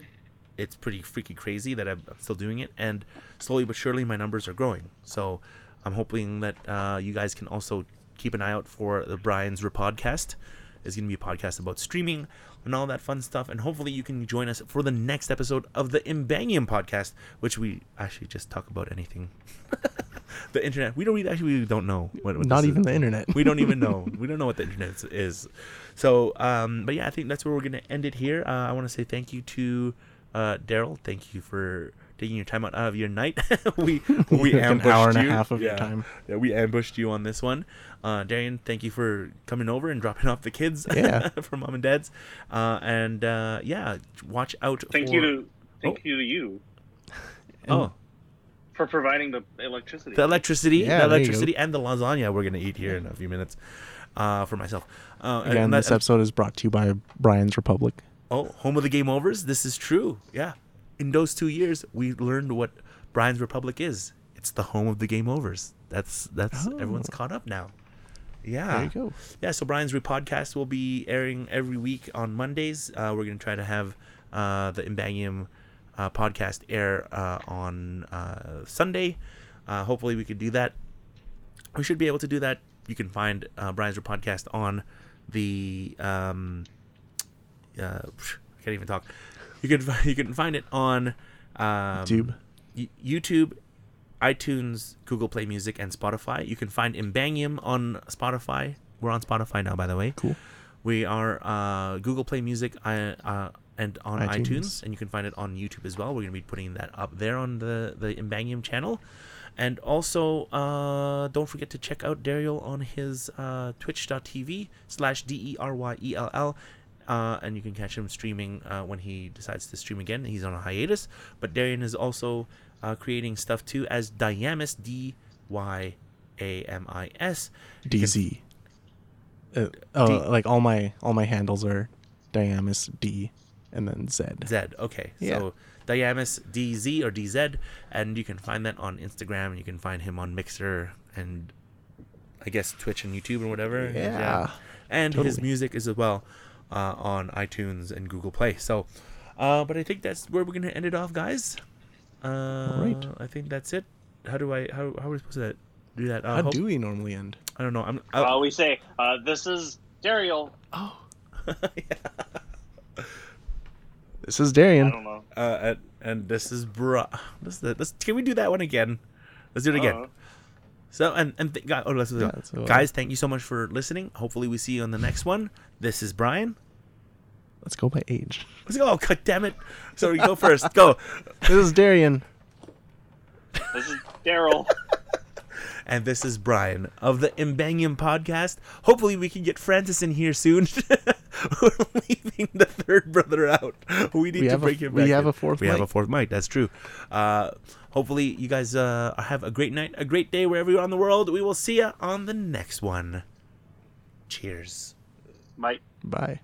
it's pretty freaking crazy that I'm I'm still doing it. And slowly but surely, my numbers are growing. So I'm hoping that uh, you guys can also keep an eye out for the Brian's Repodcast. It's going to be a podcast about streaming and all that fun stuff. And hopefully, you can join us for the next episode of the Imbangium podcast, which we actually just talk about anything. the internet. We don't we actually we don't know what, what Not this even is. the internet. We don't even know. we don't know what the internet is- is. So, um, but yeah, I think that's where we're gonna end it here. Uh, I want to say thank you to uh, Daryl. Thank you for taking your time out of your night. we we Like an ambushed hour and you. a half of your Yeah. time. Yeah, we ambushed you on this one. Uh, Darian, thank you for coming over and dropping off the kids Yeah. for mom and dad's. Uh, and uh, yeah, watch out. Thank for, you to thank Oh. you to you oh for providing the electricity. the electricity, Yeah, the there you go. electricity, and the lasagna we're gonna eat here in a few minutes. Uh, for myself. Uh, and- Again, and that- this episode is brought to you by Brian's Republic. Oh, home of the game overs. This is true. Yeah. In those two years, we learned what Brian's Republic is. It's the home of the game overs. That's that's everyone's caught up now. Yeah. Oh. There you go. Yeah. So Brian's Repodcast will be airing every week on Mondays. Uh, we're gonna try to have uh, the Imbangium uh, podcast air uh, on uh, Sunday. Uh, hopefully, we could do that. We should be able to do that. You can find uh, Brian's Room podcast on the. Um, uh, psh, I can't even talk. You can fi- you can find it on um, Tube. Y- YouTube, iTunes, Google Play Music, and Spotify. You can find Imbangium on Spotify. We're on Spotify now, by the way. Cool. We are uh, Google Play Music I, uh, and on iTunes. iTunes. and you can find it on YouTube as well. We're going to be putting that up there on the the Imbangium channel, and also uh, don't forget to check out Daryl on his uh, Twitch.tv slash d e r y e l l. Uh, and you can catch him streaming uh, when he decides to stream again. He's on a hiatus, but Darian is also uh, creating stuff too as Diamis D Y A M I S. DZ. Uh, oh, D- like all my all my handles are Diamus D, and then Z. Z. Okay. Yeah. So Diamis DZ or DZ, and you can find that on Instagram. You can find him on Mixer and I guess Twitch and YouTube and whatever. Yeah, And his totally. music is as well uh, on iTunes and Google Play. So, uh, but I think that's where we're gonna end it off, guys. Uh, right. I think that's it. How do I? How, how are we supposed to do that? Uh, How hope- do we normally end? I don't know. I'm. I, Uh, we say, uh, "This is Daryl." Oh, yeah. this is I Darian. don't know. uh, and, and this is bra. This is the, this, can we do that one again? Let's do it I don't again. know. So and and th- guys, oh, let's, let's, Yeah, uh, that's a- guys, thank you so much for listening. Hopefully, we see you on the next one. This is Brian. Let's go by age. Let's go. Oh, God damn it! Sorry, go first. Go. This is Darian. This is Daryl. And this is Brian of the Imbangium podcast. Hopefully, we can get Francis in here soon. We're leaving the third brother out. We need We to have a- break him we back have in. a fourth We have mic. a fourth mic. That's true. Uh, hopefully, you guys uh, have a great night, a great day wherever you are in the world. We will see you on the next one. Cheers. Mike. Bye.